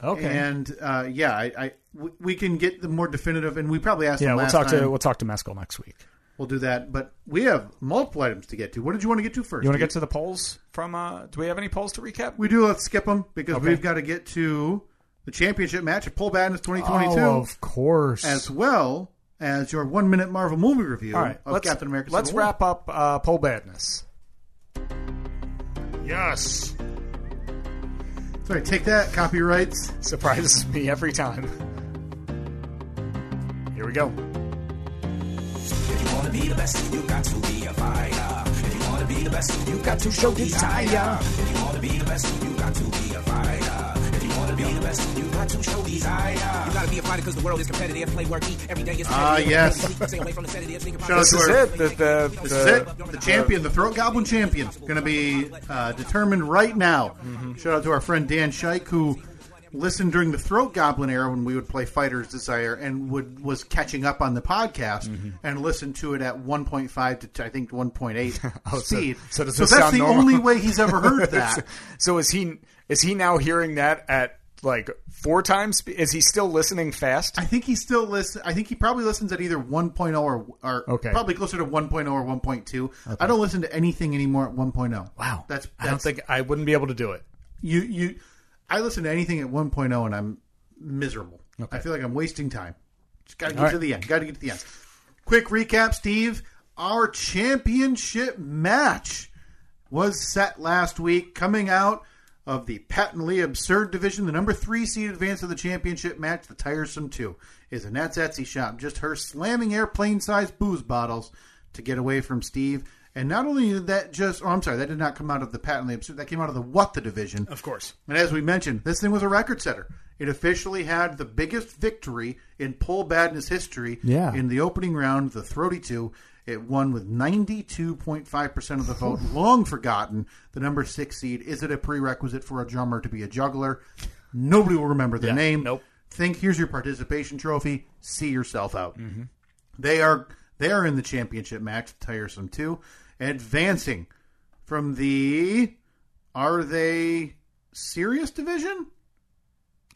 C: Okay.
B: And uh, yeah, I, I we- we can get the more definitive, and we probably asked.
C: Yeah,
B: them
C: we'll
B: last
C: talk
B: time.
C: to we'll talk to Meskel next week.
B: We'll do that, but we have multiple items to get to. What did you want to get to first?
C: You want to get
B: Steve?
C: to the polls from uh do we have any polls to recap?
B: We do. Let's skip them because
C: Okay.
B: we've got to get to the championship match at Pole Badness 2022,
C: Oh, of course.
B: as well as your one-minute Marvel movie review
C: All right,
B: of
C: let's,
B: Captain America.
C: Let's
B: Civil War.
C: wrap up uh, poll badness. Yes,
B: Sorry, take that. Copyrights.
C: surprises me every time. Here we go.
E: If you wanna be the best, you got to be a fighter. If you wanna be the best, you got to show desire. If you wanna be the best, you got to be a fighter. If you wanna be the best, you got to show desire. You gotta be a fighter because the world is competitive. Play work, eat every day is
B: Ah,
E: competitive.
B: yes.
E: Stay away from the sedatives. Think about
B: Shout out
C: This
B: to
C: is
B: our-
C: it. The, the,
B: This is
C: the,
B: it. The champion, the Throat Goblin champion, going to be uh, determined right now.
C: Mm-hmm.
B: Shout out to our friend Dan Scheik, who listened during the Throat Goblin era when we would play Fighter's Desire and would was catching up on the podcast
C: Mm-hmm.
B: and listened to it at 1.5 to t- I think 1.8 speed.
C: Oh, so does this
B: that's
C: sound
B: the
C: normal?
B: only way he's ever heard that.
C: so is he is he now hearing that at like four times? spe- Is he still listening fast?
B: I think he still listens. I think he probably listens at either 1.0 or, or
C: Okay.
B: probably closer to 1.0 or 1.2. I don't listen to anything anymore at 1.0.
C: Wow,
B: That's,
C: I don't
B: that's
C: think I wouldn't be able to do it.
B: you you I listen to anything at 1.0 and I'm miserable. I feel like I'm wasting time. Just got to get to the end. Got to get to the end. Quick recap, Steve. Our championship match was set last week coming out of the patently absurd division. The number three seed advanced to the championship match. The tiresome two is a Nat's Etsy shop. Just her slamming airplane-sized booze bottles to get away from Steve. And not only did that just, oh, I'm sorry, that did not come out of the patently absurd. That came out of the what the division.
C: Of course.
B: And as we mentioned, this thing was a record setter. It officially had the biggest victory in pole badness history
C: Yeah.
B: in the opening round, the Throaty 2. It won with 92.5% of the vote. Long forgotten, the number six seed. Is it a prerequisite for a drummer to be a juggler? Nobody will remember the name.
C: nope.
B: Think here's your participation trophy. See yourself out. Mm-hmm. They are they are in the championship match. Tiresome too, advancing from the are they serious division?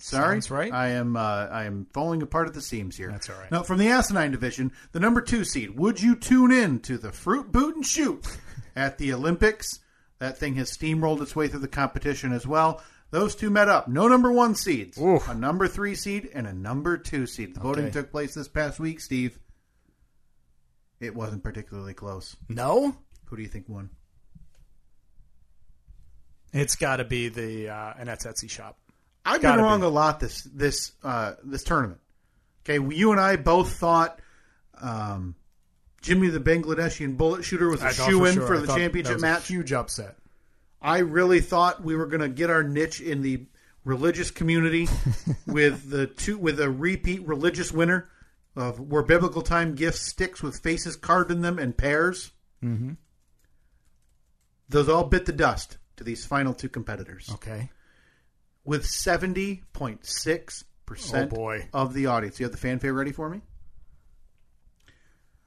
B: Sorry,
C: Sounds right.
B: I am uh, I am falling apart at the seams here.
C: That's all right.
B: Now from the asinine division, the number two seed. Would you tune in to the fruit boot and shoot at the Olympics? That thing has steamrolled its way through the competition as well. Those two met up. No number one seeds.
C: Oof.
B: A number three seed and a number two seed. The voting
C: Okay.
B: took place this past week, Steve. It wasn't particularly close.
C: No,
B: Who do you think won?
C: it's got to be the uh, and that's Etsy shop.
B: I've been
C: Gotta
B: wrong
C: be.
B: a lot this this uh, this tournament. Okay, you and I both thought um, Jimmy the Bangladeshi bullet shooter was a
C: I thought
B: shoe in
C: sure.
B: for
C: I
B: the
C: thought
B: championship
C: that was a
B: match.
C: Huge upset.
B: I really thought we were going to get our niche in the religious community with the two with a repeat religious winner of were biblical time gift sticks with faces carved in them and pears. Mm-hmm. Those all bit the dust to these final two competitors
C: Okay.
B: with 70.6%
C: Oh, boy.
B: of the audience. You have the fanfare ready for me?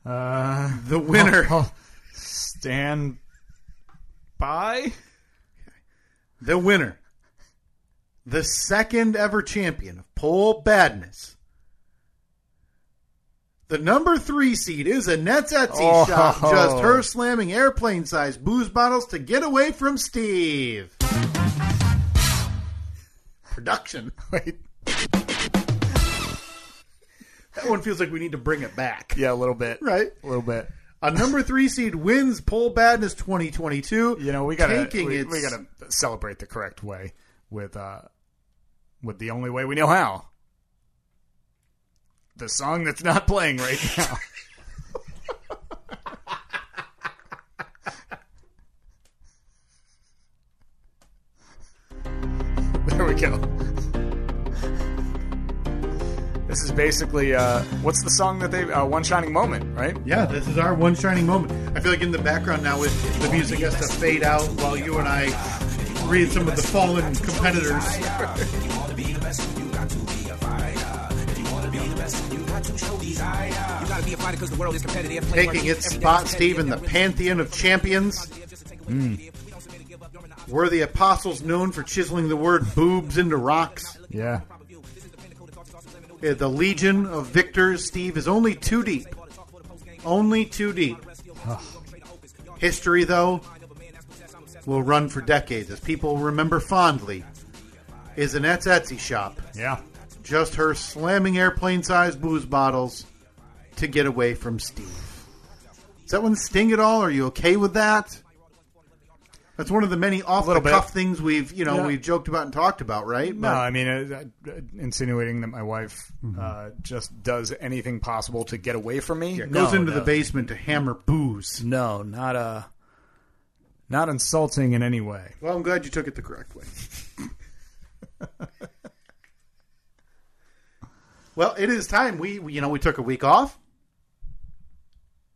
C: Uh,
B: The winner,
C: stand by.
B: the winner, the second ever champion of pole badness. The number three seed is a Nets Etsy
C: Oh.
B: shop. Just her slamming airplane sized booze bottles to get away from Steve. Production.
C: Wait.
B: That one feels like we need to bring it back.
C: Yeah, a little bit.
B: Right?
C: A little bit.
B: A number three seed wins Pole Badness 2022.
C: You know, we gotta
B: taking
C: we,
B: its
C: we gotta celebrate the correct way with uh with the only way we know how. The song that's not playing right now. there we go. This is basically uh, what's the song that they uh, one shining moment, right?
B: Yeah, this is our one shining moment. I feel like in the background now, with the music has to fade out while you and I read some of the fallen competitors.
E: You gotta be a fighter because the world is competitive. Play
B: Taking
E: hard.
B: its
E: Every day
B: spot,
E: is
B: Steve, in the
E: competitive.
B: pantheon of champions.
E: Just take a look at it. We don't submit to give up. You're in the
B: Were the apostles known for chiseling the word boobs into rocks?
C: Yeah.
B: Uh, The legion of victors, Steve, is only too deep. Only too deep. History, though, will run for decades as people remember fondly. Is Annette's Etsy shop.
C: Yeah.
B: just her slamming airplane sized booze bottles to get away from Steve. Does that one sting at all? Are you okay with that? That's one of the many off the
C: little
B: cuff
C: bit.
B: things we've you know
C: Yeah.
B: we've joked about and talked about, right?
C: No,
B: But
C: I mean, uh, uh, insinuating that my wife uh, just does anything possible to get away from me.
B: it goes
C: No,
B: into
C: no.
B: the basement to hammer booze.
C: No, not uh, not insulting in any way.
B: Well, I'm glad you took it the correct way. well, it is time we we- you know we took a week off.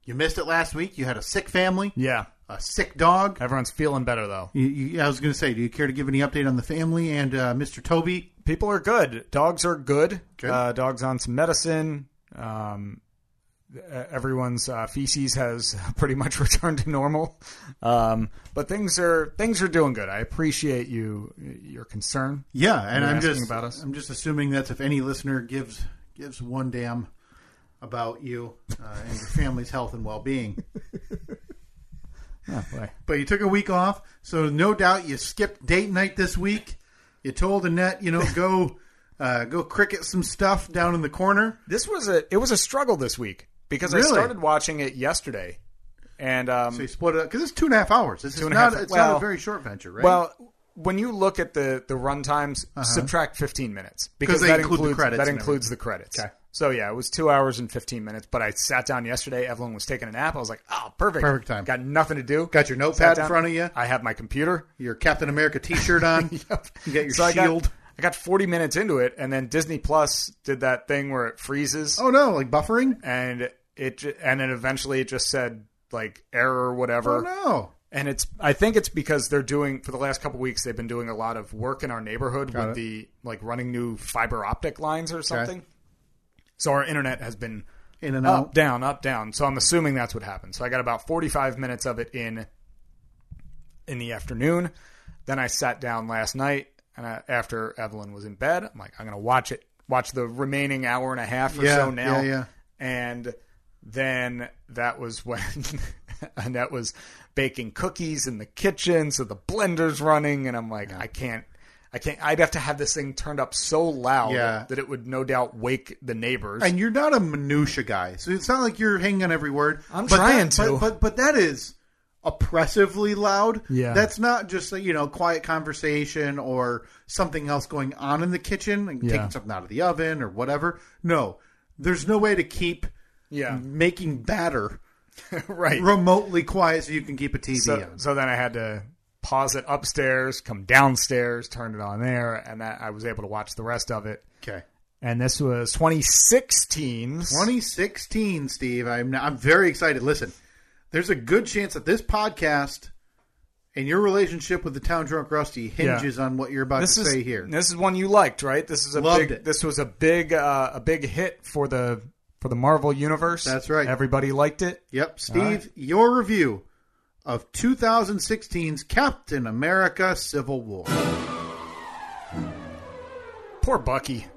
B: You missed it last week. You had a sick family,
C: Yeah,
B: a sick dog.
C: everyone's feeling better though.
B: You, you, I was going to say, do you care to give any update on the family and uh, Mr. Toby?
C: People are good. Dogs are good.
B: Good.
C: Uh, dogs on some medicine. Um, uh, everyone's uh, feces has pretty much returned to normal. Um, but things are things are doing good. I appreciate you your concern.
B: Yeah, and I'm
C: asking
B: just
C: about us?
B: I'm just assuming that's if any listener gives gives one damn about you uh, and your family's health and well being.
C: Oh, boy.
B: But you took a week off, so no doubt you skipped date night this week. You told Annette, you know, go uh, go cricket some stuff down in the corner.
C: This was a it was a struggle this week because I
B: Really?
C: started watching it yesterday, and um,
B: So you split it up because it's two and a half hours. It's,
C: and a
B: not
C: half-
B: it's not
C: well-
B: a very short venture, right? Uh-huh.
C: Well, when you look at the the run times, subtract 15 minutes because
B: they
C: that
B: include the
C: includes
B: credits
C: that
B: and
C: includes the credits. So yeah, it was two hours and 15 minutes. But I sat down yesterday. Evelyn was taking a nap. I was like, oh, perfect,
B: Perfect time.
C: Got nothing to do.
B: Got your
C: Sat
B: notepad in
C: down.
B: front of you.
C: I have my computer.
B: your Captain America T-shirt on. You got your
C: So I got-
B: shield.
C: I got 40 minutes into it, and then Disney Plus did that thing where it freezes,
B: Oh no, like buffering.
C: and it ju- and then eventually it just said like error whatever.
B: Oh no.
C: and it's i think it's because they're doing for the last couple weeks they've been doing a lot of work in our neighborhood with
B: it.
C: the like running new fiber optic lines or something so our internet has been
B: In and
C: up
B: out.
C: down up down so i'm assuming that's what happened so i got about 45 minutes of it in in the afternoon then i sat down last night and I, after evelyn was in bed i'm like i'm gonna watch it watch the remaining hour and a half or
B: Yeah,
C: so now
B: yeah, yeah.
C: and then that was when Annette was baking cookies in the kitchen, so the blender's running, and I'm like, I can't, I can't. I'd have to have this thing turned up so loud
B: Yeah.
C: that it would no doubt wake the neighbors.
B: And you're not a minutia guy, so it's not like you're hanging on every word.
C: I'm
B: But
C: trying
B: that-
C: to.
B: but, but but that is oppressively loud.
C: Yeah.
B: that's not just you know quiet conversation or something else going on in the kitchen, like
C: Yeah.
B: taking something out of the oven or whatever. No, there's no way to keep
C: yeah,
B: making batter
C: right.
B: remotely quiet so you can keep a TV
C: So,
B: on.
C: so then I had to pause it upstairs, come downstairs, turn it on there, and that I was able to watch the rest of it.
B: Okay.
C: And this was 2016.
B: 2016, Steve. I'm I'm very excited. Listen, there's a good chance that this podcast and your relationship with the town drunk Rusty hinges on what you're about
C: this
B: to
C: is
B: say here.
C: This is one you liked, right? This is a
B: Loved
C: big.
B: it.
C: This was a big, uh, a big hit for the for the Marvel universe.
B: That's right.
C: Everybody liked it.
B: Yep, Steve, your review of 2016's Captain America: Civil War.
C: Poor Bucky.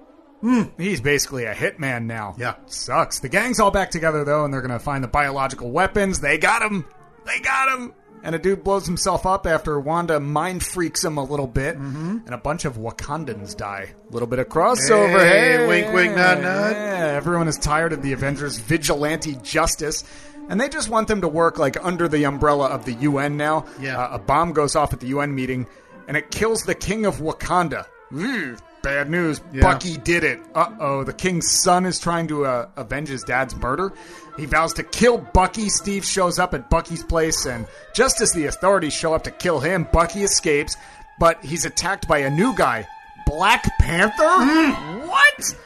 C: He's basically a hitman now.
B: Hmm. Yeah.
C: sucks. The gang's all back together though, and they're gonna find the biological weapons. They got him. They got him. And a dude blows himself up after Wanda mind freaks him a little bit,
B: Mm-hmm.
C: and a bunch of Wakandans die. A little bit of crossover.
B: Hey, wink, wink, nod, nod.
C: Yeah, everyone is tired of the Avengers' vigilante justice, and they just want them to work like under the umbrella of the UN now.
B: Yeah.
C: Uh, a bomb goes off at the UN meeting, and it kills the king of Wakanda. Ooh, bad news. Bucky did it. Uh oh. The king's son is trying to uh, avenge his dad's murder. He vows to kill Bucky. Steve shows up at Bucky's place, and just as the authorities show up to kill him, Bucky escapes, but he's attacked by a new guy, Black Panther? What?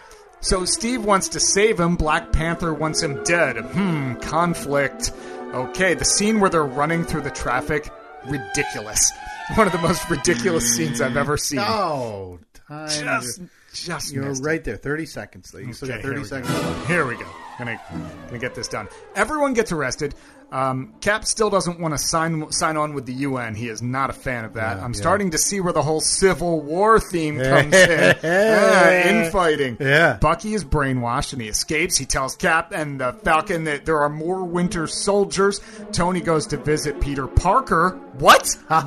C: So Steve wants to save him, Black Panther wants him dead. Hmm, conflict. Okay, the scene where they're running through the traffic, ridiculous. One of the most ridiculous scenes I've ever seen.
B: Oh, time.
C: Just, just
B: you're
C: missed it.
B: right there. 30 seconds. You still got
C: Okay,
B: 30
C: here we go.
B: seconds left.
C: Here we go. Gonna gonna get this done. Everyone gets arrested. Um, Cap still doesn't want to sign sign on with the UN. He is not a fan of that. I'm starting to see where the whole Civil War theme comes in. Ah, infighting.
B: Yeah.
C: Bucky is brainwashed and he escapes. He tells Cap and the Falcon that there are more Winter Soldiers. Tony goes to visit Peter Parker. What? Mind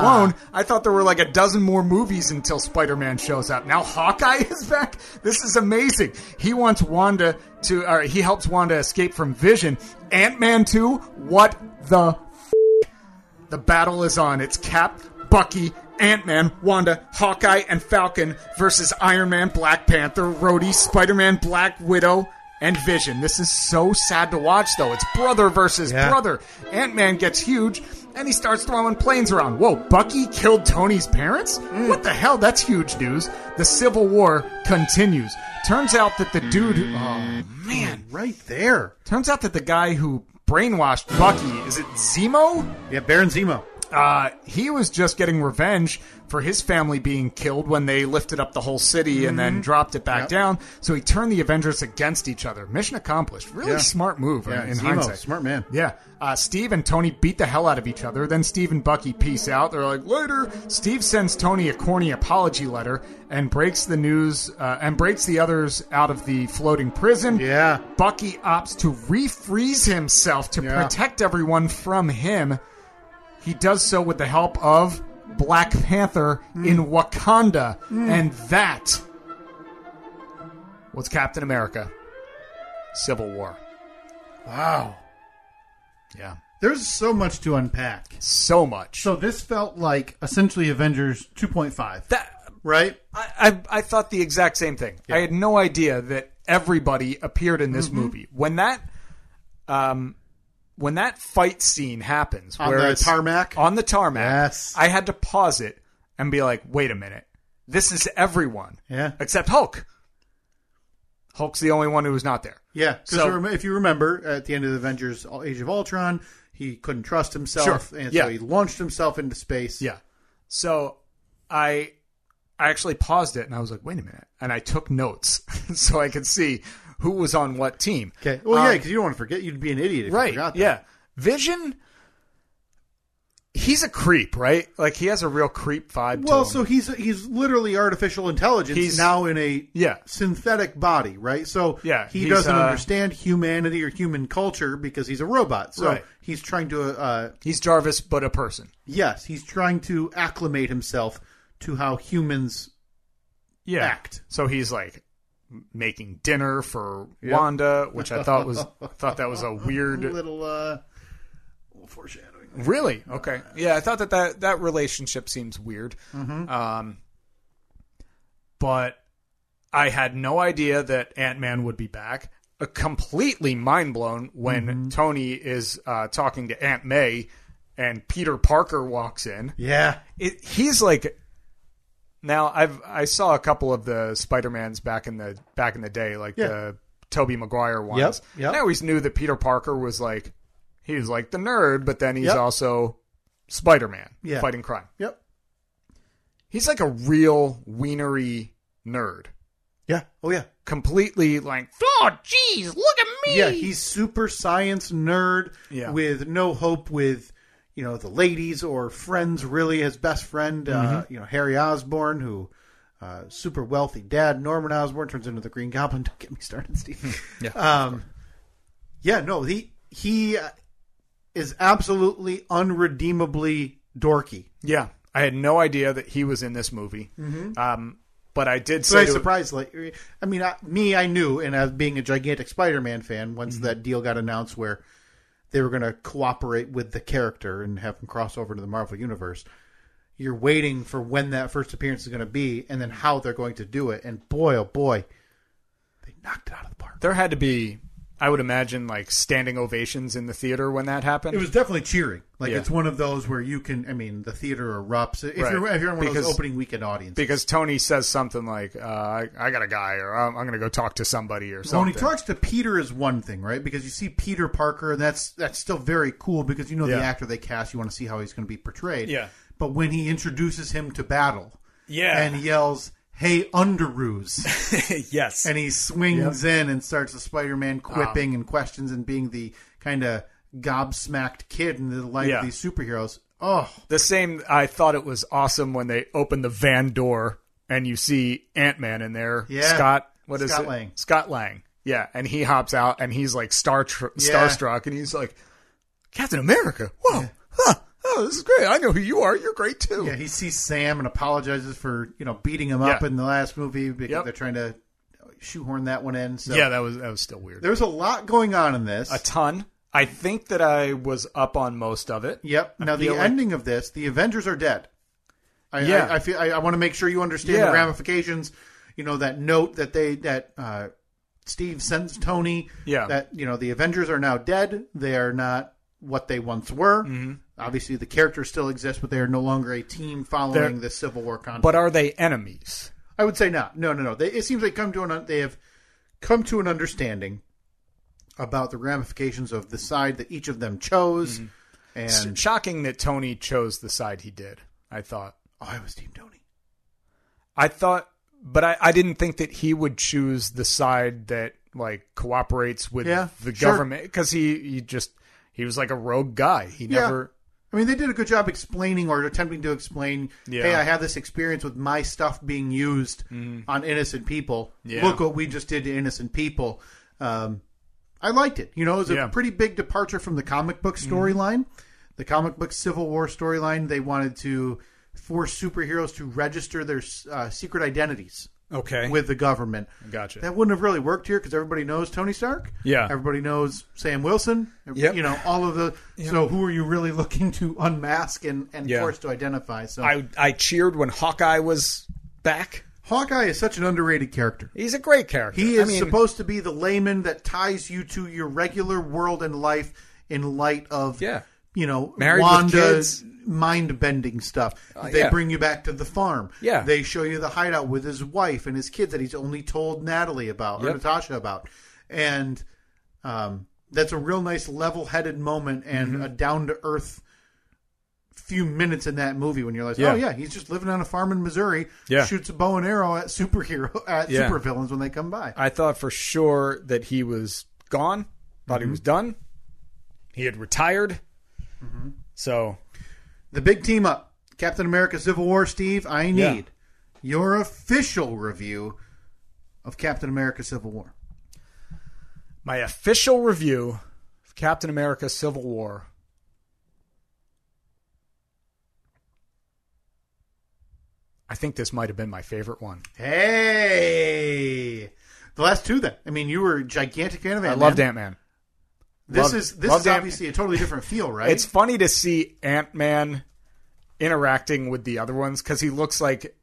C: blown. I thought there were like a dozen more movies until Spider Man shows up. Now Hawkeye is back. This is amazing. He wants Wanda to, or he helps Wanda escape from Vision. Ant Man 2? What the f? The battle is on. It's Cap, Bucky, Ant Man, Wanda, Hawkeye, and Falcon versus Iron Man, Black Panther, Rhodey, Spider Man, Black Widow, and Vision. This is so sad to watch, though. It's brother versus
B: Yeah.
C: brother. Ant Man gets huge. And he starts throwing planes around. Whoa, Bucky killed Tony's parents?
B: Mm.
C: What the hell? That's huge news. The Civil War continues. Turns out that the dude. who- Oh, man.
B: Right there.
C: Turns out that the guy who brainwashed Bucky is it Zemo?
B: Yeah, Baron Zemo.
C: uh, he was just getting revenge for his family being killed when they lifted up the whole city and
B: Mm-hmm.
C: then dropped it back down. So he turned the Avengers against each other. Mission accomplished. Really
B: Yeah.
C: smart move in-
B: Yeah,
C: in
B: Zemo,
C: hindsight.
B: smart man.
C: Yeah. Uh, Steve and Tony beat the hell out of each other. Then Steve and Bucky peace out. They're like, later. Steve sends Tony a corny apology letter and breaks the news uh, and breaks the others out of the floating prison.
B: Yeah.
C: Bucky opts to refreeze himself to
B: Yeah.
C: protect everyone from him. He does so with the help of Black Panther
B: Hmm.
C: in Wakanda. And that was Captain America Civil War.
B: Wow.
C: Yeah.
B: There's so much to unpack.
C: So much.
B: So this felt like essentially Avengers 2.5,
C: that
B: right?
C: I, I, I thought the exact same thing. I had no idea that everybody appeared in this movie. When that um when that fight scene happens
B: On
C: where
B: the
C: it's-
B: tarmac?
C: on the tarmac
B: Yes.
C: I had to pause it and be like, wait a minute. This is everyone.
B: Yeah.
C: Except Hulk. Hulk's the only one who was not there.
B: Yeah, because
C: So-
B: if you remember, at the end of Avengers uh, Age of Ultron, he couldn't trust himself,
C: Sure,
B: and
C: yeah.
B: so he launched himself into space.
C: Yeah. So I I actually paused it and I was like, wait a minute. And I took notes so I could see who was on what team.
B: Okay. Well, yeah,
C: Um,
B: because you don't want to forget. You'd be an idiot if you
C: right
B: forgot that.
C: yeah vision he's a creep right like he has a real creep vibe
B: Well,
C: to
B: so
C: him.
B: he's he's literally artificial intelligence
C: He's-
B: now in a
C: Yeah.
B: synthetic body, right? So
C: Yeah,
B: he
C: he's,
B: doesn't
C: uh,
B: understand humanity or human culture because he's a robot. So
C: Right.
B: he's trying to uh,
C: he's jarvis but a person
B: yes, he's trying to acclimate himself to how humans
C: yeah
B: act.
C: so he's like m- making dinner for wanda which i thought was I thought that was a weird
B: little uh, little foreshadowing.
C: really okay yeah i thought that that, that relationship seems weird um but i had no idea that ant-man would be back Uh, completely mind blown when Tony is uh, talking to Aunt May and Peter Parker walks in.
B: Yeah,
C: It, he's like now I've I saw a couple of the Spider-Mans back in the back in the day like
B: Yeah.
C: the Toby Maguire ones.
B: Yep, yep.
C: And I always knew that Peter Parker was like he was like the nerd but then he's
B: Yep.
C: also Spider-Man
B: Yeah.
C: fighting crime.
B: yep,
C: He's like a real wienery nerd.
B: yeah. Oh yeah,
C: Completely like oh jeez, look at me.
B: yeah. He's super science nerd
C: Yeah.
B: with no hope with you know the ladies or friends. Really, his best friend, uh,
C: Mm-hmm.
B: you know Harry Osborn, who uh, super wealthy dad Norman Osborn turns into the Green Goblin. Don't get me started, Steve.
C: Yeah,
B: um, yeah. No, he he uh, is absolutely unredeemably dorky.
C: yeah. I had no idea that he was in this movie.
B: Mm-hmm.
C: Um but I did
B: So
C: say
B: I
C: to-
B: surprised, like, I mean, I, me, I knew, and as being a gigantic Spider-Man fan, once
C: Mm-hmm.
B: that deal got announced where they were going to cooperate with the character and have him cross over to the Marvel universe, you're waiting for when that first appearance is going to be, and then how they're going to do it. And boy, oh boy, they knocked it out of the park.
C: there had to be i would imagine like standing ovations in the theater when that happened
B: It was definitely cheering. Like
C: Yeah.
B: it's one of those where you can, I mean, the theater erupts. If,
C: Right.
B: you're, if you're in one of
C: Because-
B: those opening weekend audiences,
C: because tony says something like uh, I, I got a guy or i'm, I'm going to go talk to somebody or something
B: When he talks to Peter is one thing, right? Because you see Peter Parker, and that's that's still very cool because you know
C: Yeah.
B: the actor they cast. You want to see how he's going to be portrayed.
C: Yeah.
B: But when he introduces him to battle,
C: Yeah.
B: and yells, "Hey, Underoos!"
C: yes
B: and he swings in and starts the Spider-Man
C: Ah.
B: quipping and questions and being the kind of gobsmacked kid in the life
C: Yeah.
B: of these superheroes. Oh,
C: the same i thought it was awesome when they opened the van door and you see ant-man in there
B: Yeah.
C: scott what is
B: Scott
C: it
B: Lang.
C: scott lang yeah and he hops out and he's like star tr-
B: Yeah.
C: starstruck and he's like captain america whoa huh, oh this is great i know who you are you're great too
B: yeah. He sees Sam and apologizes for you know beating him up
C: Yeah.
B: in the last movie because
C: Yep.
B: they're trying to shoehorn that one in. So
C: yeah that was that was still weird
B: There's a lot going on in this.
C: a ton. I think that I was up on most of it.
B: Yep. Now the
C: feel like-
B: ending of this, the Avengers are dead. I,
C: Yeah.
B: I, I feel I, I want to make sure you understand
C: Yeah.
B: the ramifications. You know that note that they that uh, Steve sends Tony.
C: Yeah.
B: That you know the Avengers are now dead. They are not what they once were.
C: Mm-hmm.
B: Obviously, the characters still exist, but they are no longer a team following
C: They're-
B: the Civil War conflict.
C: But are they enemies?
B: I would say not. No, no, no. They, it seems they come to an they have come to an understanding about the ramifications of the side that each of them chose.
C: S-
B: And
C: shocking that Tony chose the side he did. I thought.
B: oh, I was Team Tony.
C: I thought, but I, I didn't think that he would choose the side that like cooperates with
B: Yeah,
C: the
B: sure.
C: government because he he just he was like a rogue guy. He
B: Yeah.
C: never.
B: I mean, they did a good job explaining or attempting to explain.
C: Yeah.
B: Hey, I have this experience with my stuff being used on innocent people.
C: Mm-hmm. Yeah.
B: Look what we just did to innocent people. Um, I liked it. You know, it was
C: Yeah. Mm-hmm.
B: a pretty big departure from the comic book storyline, the comic book Civil War storyline. They wanted to force superheroes to register their uh, secret identities
C: Okay.
B: with the government.
C: Gotcha.
B: That wouldn't have really worked here because everybody knows Tony Stark.
C: Yeah.
B: Everybody knows Sam Wilson.
C: Yep.
B: You know, all of the. So who are you really looking to unmask and, and
C: Yeah.
B: force to identify? So
C: I I cheered when Hawkeye was back.
B: Hawkeye is such an underrated character.
C: He's a great character.
B: He is
C: I mean,
B: supposed to be the layman that ties you to your regular world and life in light of,
C: Yeah.
B: you know,
C: Married with
B: Wanda's
C: kids. Uh,
B: mind bending stuff. they
C: yeah.
B: bring you back to the farm.
C: Yeah.
B: They show you the hideout with his wife and his kids that he's only told Natalie about or
C: Yep.
B: Natasha about. And um, that's a real nice level headed moment and
C: Mm-hmm.
B: a down to earth few minutes in that movie when you're like,
C: Yeah.
B: oh yeah, he's just living on a farm in Missouri,
C: Yeah.
B: shoots a bow and arrow at superhero at
C: Yeah.
B: supervillains when they come by.
C: I thought for sure that he was gone. Thought
B: Mm-hmm.
C: he was done. He had retired.
B: Mm-hmm.
C: So
B: The big team up, Captain America: Civil War. Steve, I need
C: Yeah.
B: your official review of Captain America: Civil War.
C: my official review of Captain America: Civil War. I think this might have been my favorite one.
B: Hey, the last two then. I mean, you were a gigantic fan of
C: I
B: Ant-Man.
C: loved Ant Man.
B: This
C: loved-
B: is this
C: loved
B: is
C: Ant-Man.
B: obviously a totally different feel, right?
C: It's funny to see Ant Man interacting with the other ones because he looks like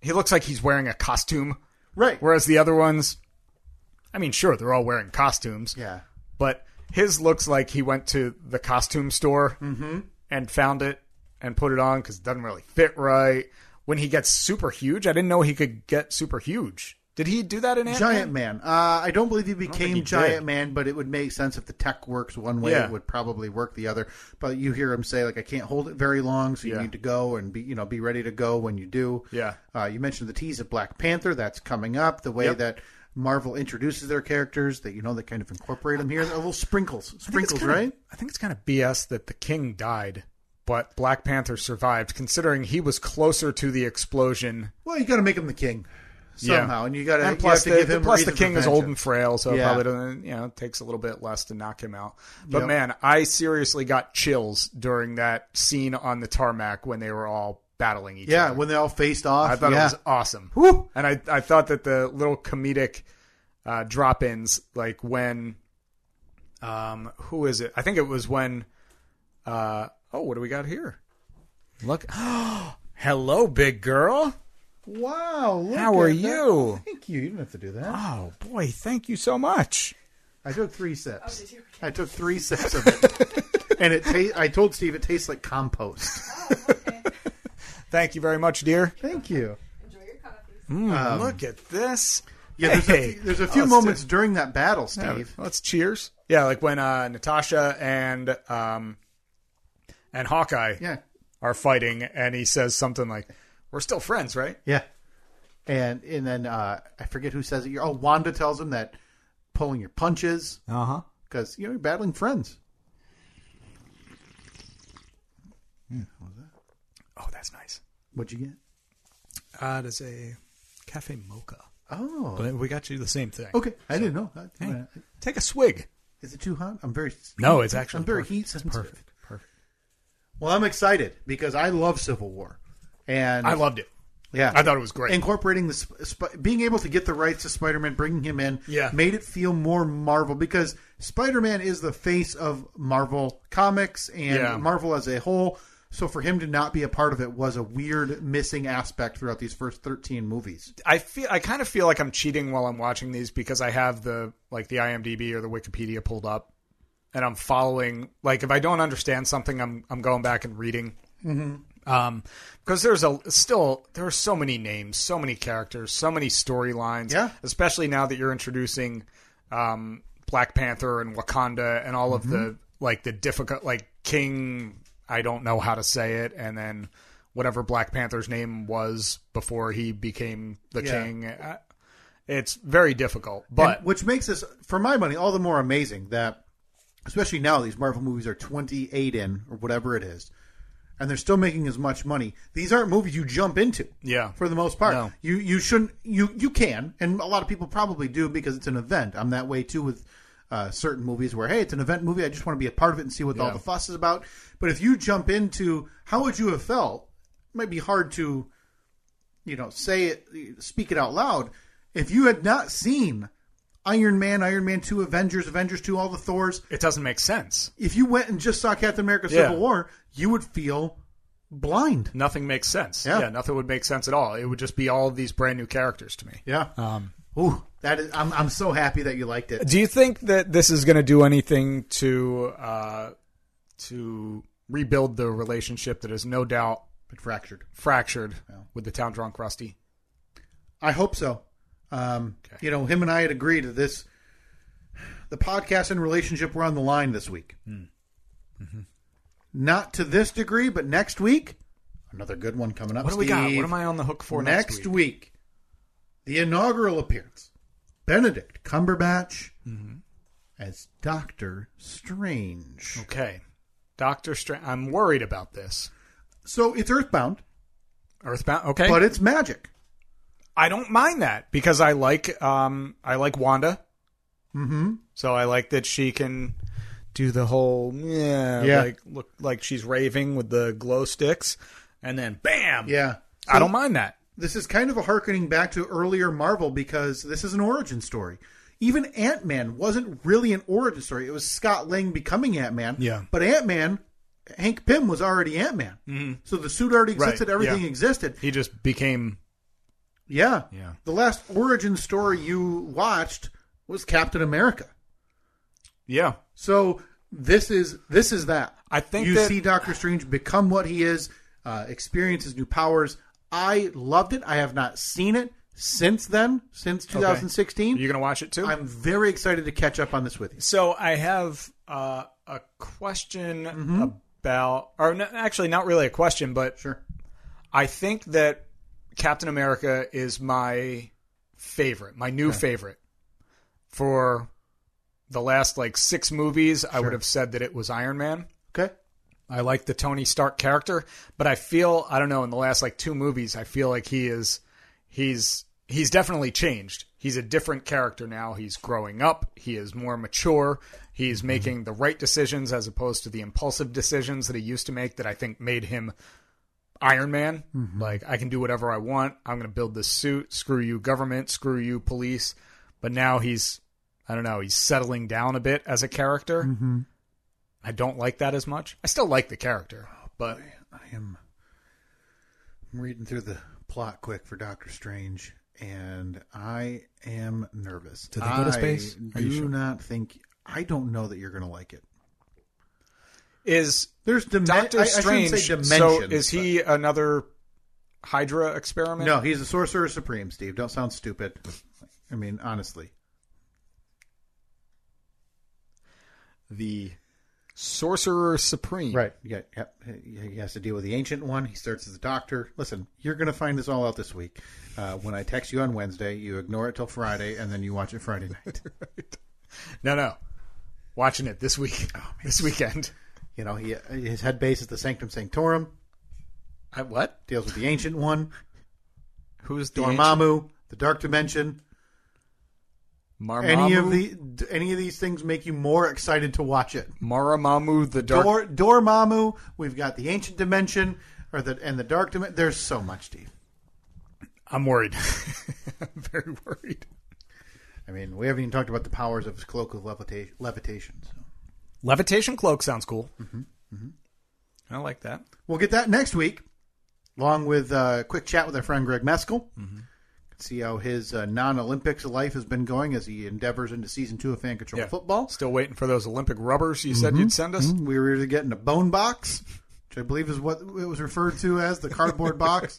C: he looks like he's wearing a costume,
B: right.
C: whereas the other ones, I mean, sure, they're all wearing costumes,
B: yeah,
C: but his looks like he went to the costume store
B: Mm-hmm.
C: and found it and put it on because it doesn't really fit right. When he gets super huge, I didn't know he could get super huge. Did he do that in Ant
B: Giant Man. Uh, I don't believe he became
C: he
B: Giant
C: did.
B: Man, but it would make sense if the tech works one way,
C: Yeah.
B: it would probably work the other. But you hear him say like, "I can't hold it very long, so you
C: Yeah.
B: need to go and be you know be ready to go when you do."
C: Yeah.
B: Uh, you mentioned the tease of Black Panther that's coming up. The way
C: Yep.
B: that Marvel introduces their characters, that you know they kind of incorporate them here. They're little sprinkles, sprinkles,
C: kinda-
B: right?
C: I think it's kind of BS that the king died, but Black Panther survived, considering he was closer to the explosion.
B: Well, you got to make him the king somehow, and you got to
C: and plus,
B: you have to
C: the,
B: give him a
C: plus the
B: reason for
C: king is old
B: vengeance.
C: and frail, so it
B: Yeah.
C: probably doesn't. You know, it takes a little bit less to knock him out. But
B: Yep.
C: man, I seriously got chills during that scene on the tarmac when they were all battling each
B: Yeah,
C: other.
B: when they all faced off,
C: I thought
B: yeah.
C: it was awesome.
B: Whew.
C: And I, I thought that the little comedic uh, drop ins, like when, um, who is it? I think it was when, uh, oh, what do we got here? Look, hello, big girl.
B: Wow, look
C: How are
B: at that.
C: you?
B: Thank you. You didn't have to do that.
C: Oh boy, thank you so much.
B: I took three sips. I took three sips of it, and it. Ta- I told Steve it tastes like compost.
C: Thank you very much, dear.
B: Thank you.
F: Enjoy your coffee.
C: Hmm, Look at this.
B: Yeah, there's
C: Hey.
B: a few, there's a few
C: Oh, it's
B: moments during that battle,
C: Yeah,
B: Steve.
C: let's cheers. Yeah, like when uh, Natasha and um, and Hawkeye
B: Yeah,
C: are fighting, and he says something like, "We're still friends, right?"
B: yeah. And and then uh, I forget who says it. Oh, Wanda tells him that pulling your punches
D: Uh huh.
B: because you know you're battling friends.
C: Oh, that's nice.
B: What'd you get?
D: Uh, there's a cafe mocha.
B: Oh,
D: But we got you the same thing.
B: okay. I didn't know. I-
D: Take a swig.
B: Is it too hot? I'm very.
D: No, it's actually
B: I'm very
D: perfect.
B: heat sensitive.
D: Perfect. Perfect.
B: Well, I'm excited because I love Civil War, and
C: I loved it.
B: Yeah,
C: I thought it was great.
B: Incorporating the sp- sp- being able to get the rights to Spider-Man, bringing him in,
C: Yeah.
B: made it feel more Marvel because Spider-Man is the face of Marvel comics and
C: Yeah.
B: Marvel as a whole. So for him to not be a part of it was a weird missing aspect throughout these first thirteen movies.
C: I feel I kind of feel like I'm cheating while I'm watching these because I have the like the IMDb or the Wikipedia pulled up, and I'm following. Like if I don't understand something, I'm I'm going back and reading. Mm-hmm. Um, because there's a still there are so many names, so many characters, so many storylines.
B: Yeah.
C: especially now that you're introducing um Black Panther and Wakanda and all of the
B: Mm-hmm.
C: like the difficult like King I don't know how to say it and then whatever Black Panther's name was before he became the
B: Yeah.
C: king. I- It's very difficult, but
B: And- which makes this, for my money, all the more amazing that, especially now, these Marvel movies are 28 in or whatever it is, and they're still making as much money. These aren't movies you jump into,
C: Yeah.
B: for the most part.
C: No.
B: You you shouldn't you you can, and a lot of people probably do because it's an event. I'm that way too with. Uh, certain movies where hey it's an event movie i just want to be a part of it and see what all
C: Yeah.
B: the fuss is about but if you jump into how would you have felt it might be hard to you know, say it, speak it out loud. If you had not seen Iron Man, Iron Man 2, Avengers, Avengers 2, all the Thors,
C: it doesn't make sense.
B: if you went and just saw Captain America Civil
C: Yeah.
B: War, you would feel blind.
C: Nothing makes sense.
B: Yeah.
C: Yeah. nothing would make sense at all. It would just be all of these brand new characters to me.
B: Yeah. Um, Ooh, that is, I'm, I'm so happy that you liked it.
F: Do you think that this is going to do anything to?
C: Uh, to rebuild the relationship that is no doubt
B: It fractured.
C: fractured with the town drunk Rusty.
B: I hope so. Um, You know, him and I had agreed that this, the podcast and relationship were on the line this week.
C: Hmm. Mm-hmm.
B: Not to this degree, but next week, another good one coming up.
C: What do we got?
B: Steve.
C: What am I on the hook for next,
B: next, week. the inaugural appearance, Benedict Cumberbatch
C: Mm-hmm.
B: as Doctor Strange.
C: Okay. Doctor Strange. I'm worried about this.
B: So it's Earthbound,
C: Earthbound. Okay.
B: but it's magic.
C: I don't mind that because I like um I like Wanda. Mm-hmm.
B: Mm-hmm.
C: So I like that she can do the whole yeah,
B: Yeah.
C: like look like she's raving with the glow sticks and then bam.
B: Yeah.
C: I don't mind that.
B: This is kind of a harkening back to earlier Marvel because this is an origin story. Even Ant Man wasn't really an origin story. It was Scott Lang becoming Ant Man.
C: Yeah.
B: But Ant Man, Hank Pym was already Ant Man. Mm-hmm. So the suit already
C: Right,
B: existed, everything
C: yeah.
B: existed.
C: He just became
B: Yeah.
C: Yeah.
B: The last origin story you watched was Captain America.
C: yeah.
B: So this is this is that.
C: I think
B: you
C: that-
B: see Doctor Strange become what he is, uh, experience his new powers. I loved it. I have not seen it since then, since 2016.
C: You gonna watch it too?
B: I'm very excited to catch up on this with you.
C: So I have uh, a question
B: Mm-hmm.
C: about, or no, actually, not really a question, but
B: Sure.
C: I think that Captain America is my favorite, my new favorite. For the last like six movies, I would have said that it was Iron Man.
B: Okay.
C: I like the Tony Stark character, but I feel I don't know. In the last like two movies, I feel like he is he's he's definitely changed. He's a different character now. He's growing up. He is more mature. He's making the right decisions as opposed to the impulsive decisions that he used to make. That I think made him Iron Man. Like I can do whatever I want. I'm going to build this suit. Screw you, government. Screw you, police. But now he's I don't know. He's settling down a bit as a character. I don't like that as much. I still like the character, but
B: I am I'm reading through the plot quick for Doctor Strange, and I am nervous. Did
F: they go to space?
B: I
F: Are you
B: do
F: sure?
B: not think. I don't know that you're going to like it.
C: is
B: There's dimen-
C: Doctor
B: I- I shouldn't
C: Strange?
B: say
C: so
B: dimensions,
C: is
B: but-
C: he another Hydra experiment?
B: No, he's a sorcerer supreme, Steve. Don't sound stupid. I mean, honestly.
C: the Sorcerer Supreme.
B: You got yep, he has to deal with the ancient one. He starts as a doctor. Listen, you're going to find this all out this week. Uh, when I text you on Wednesday, you ignore it till Friday, and then you watch it Friday night.
C: No, no. Watching it this week,
B: Oh,
C: this weekend.
B: you know, he his head base is the Sanctum Sanctorum.
C: I, what?
B: Deals with the ancient one,
D: Who's the ancient-
B: Dormammu, the Dark Dimension.
C: Marmamu,
B: Any of the d- any of these things make you more excited to watch it?
C: Maramamu the Dark.
B: Dor, Dormammu. We've got the ancient dimension, or the and the dark dimension. There's so much, Steve.
C: I'm worried. I'm very worried.
B: I mean, we haven't even talked about the powers of his cloak of levita- levitation. So.
C: Levitation cloak sounds cool.
B: Mm-hmm.
C: I like that.
B: We'll get that next week, along with uh, a quick chat with our friend Greg Meskell. See how his uh, non Olympics life has been going as he endeavors into season two of Fan Control
C: Yeah.
B: Football.
C: Still waiting for those Olympic rubbers you said you'd send us.
B: We were either getting a bone box, which I believe is what it was referred to as the cardboard box,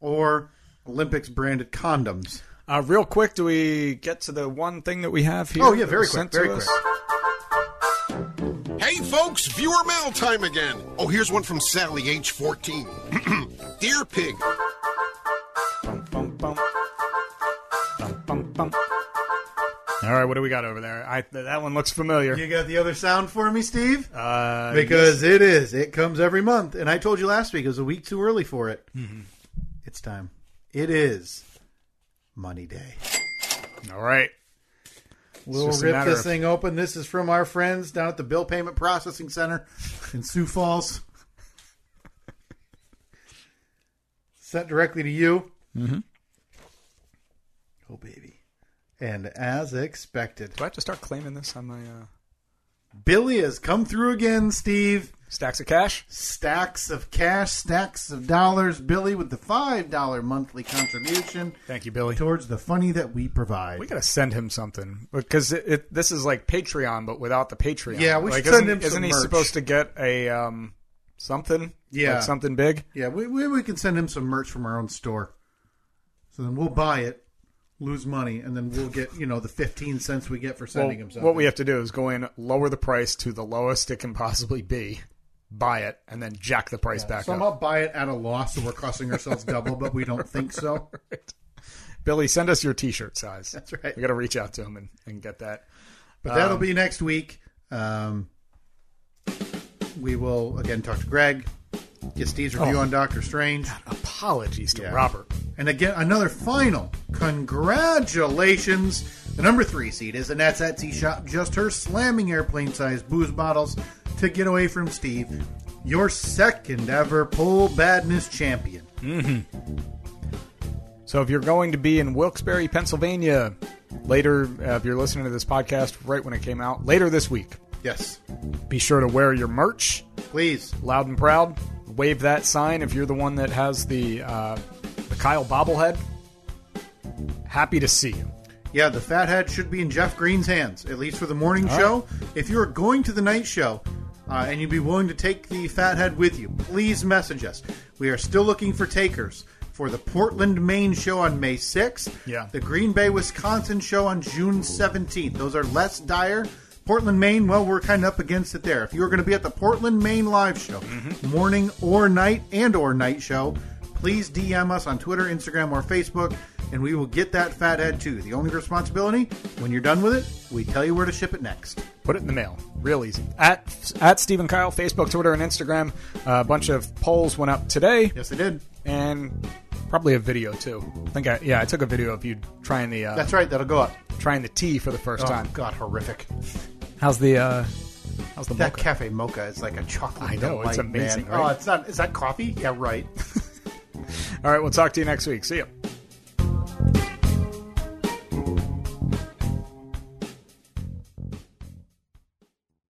B: or Olympics branded condoms.
C: Uh, real quick, do we get to the one thing that we have here?
B: Oh, yeah,
C: that
B: very
C: was
B: quick.
C: sent
B: Very
C: to
B: quick.
C: us?
E: Hey
G: folks, viewer mail time again. Oh, here's one from Sally, age 14. Dear Pig,
C: Bum, bum, bum. Bum, bum, bum. All right, what do we got over there? I, that one looks familiar.
B: You got the other sound for me, Steve?
C: Uh,
B: because it is. It comes every month. And I told you last week it was a week too early for it.
C: Mm-hmm.
B: It's time. It is Money Day.
C: all right.
B: We'll
C: just a
B: rip
C: matter
B: this
C: of-
B: thing open. This is from our friends down at the Bill Payment Processing Center in Sioux Falls. Sent directly to you. Mm-hmm. Oh, baby. And as expected,
D: Do I have to start claiming this on my uh,
B: Billy has come through again, Steve.
D: stacks of cash?
B: Stacks of cash, stacks of dollars. Billy with the $5 monthly contribution
C: Thank you, Billy.
B: towards the funny that we provide.
C: We gotta send him something because it, it, this is like Patreon, but without the Patreon.
B: Yeah, we
C: like,
B: should send
C: isn't,
B: him some
C: Isn't he
B: merch.
C: supposed to get a um something?
B: Yeah.
C: Like something big.
B: Yeah, we, we, we can send him some merch from our own store. So then we'll buy it, lose money, and then we'll get, you know, the 15 cents we get for
C: Well,
B: sending him something.
C: what we have to do is go in, lower the price to the lowest it can possibly be, buy it, and then jack the price back
B: Somehow
C: up.
B: buy it at a loss, so we're costing ourselves double, but we don't think so.
C: Billy, send us your T-shirt size. That's
B: right.
C: We gotta reach out to him and, and get that.
B: But that'll be next week. Um, we will, again, talk to Greg, get Steve's review
C: Oh.
B: on Doctor Strange.
C: Apologies to
B: Yeah.
C: Robert.
B: And again, another final congratulations. The number three seed is Annette's Etsy shop, just her slamming airplane sized booze bottles to get away from Steve, your second ever pole badness champion.
C: So if you're going to be in Wilkes-Barre, Pennsylvania, later, uh, if you're listening to this podcast right when it came out, later this week,
B: Yes.
C: be sure to wear your merch
B: Please.
C: loud and proud. Wave that sign if you're the one that has the uh, the Kyle bobblehead. Happy to see you.
B: Yeah, the fat hat should be in Jeff Green's hands, at least for the morning show. If you're going to the night show uh, and you'd be willing to take the fat head with you, please message us. We are still looking for takers for the Portland, Maine show on May 6th,
C: Yeah.
B: the Green Bay, Wisconsin show on June 17th. Those are less dire. Portland, Maine, well, we're kind of up against it there. If you're going to be at the Portland, Maine live show,
C: Mm-hmm.
B: morning or night and or night show, please DM us on Twitter, Instagram, or Facebook, and we will get that fat head too. The only responsibility, when you're done with it, we tell you where to ship it next.
C: Put it in the mail, real easy. At at Stephen Kyle, Facebook, Twitter, and Instagram. Uh, a bunch of polls went up today,
B: Yes, I did.
C: and probably a video too. I think I yeah I took a video of you trying the uh,
B: That's right. That'll go up. Oh,
C: trying the tea for the first time.
B: God, horrific.
C: How's the uh, how's the
B: That
C: mocha?
B: cafe mocha is like a chocolate.
C: I know, it's
B: delight, man.
C: amazing, right?
B: Oh, it's not. Is that coffee? Yeah, right.
C: All right, we'll talk to you next week. See you.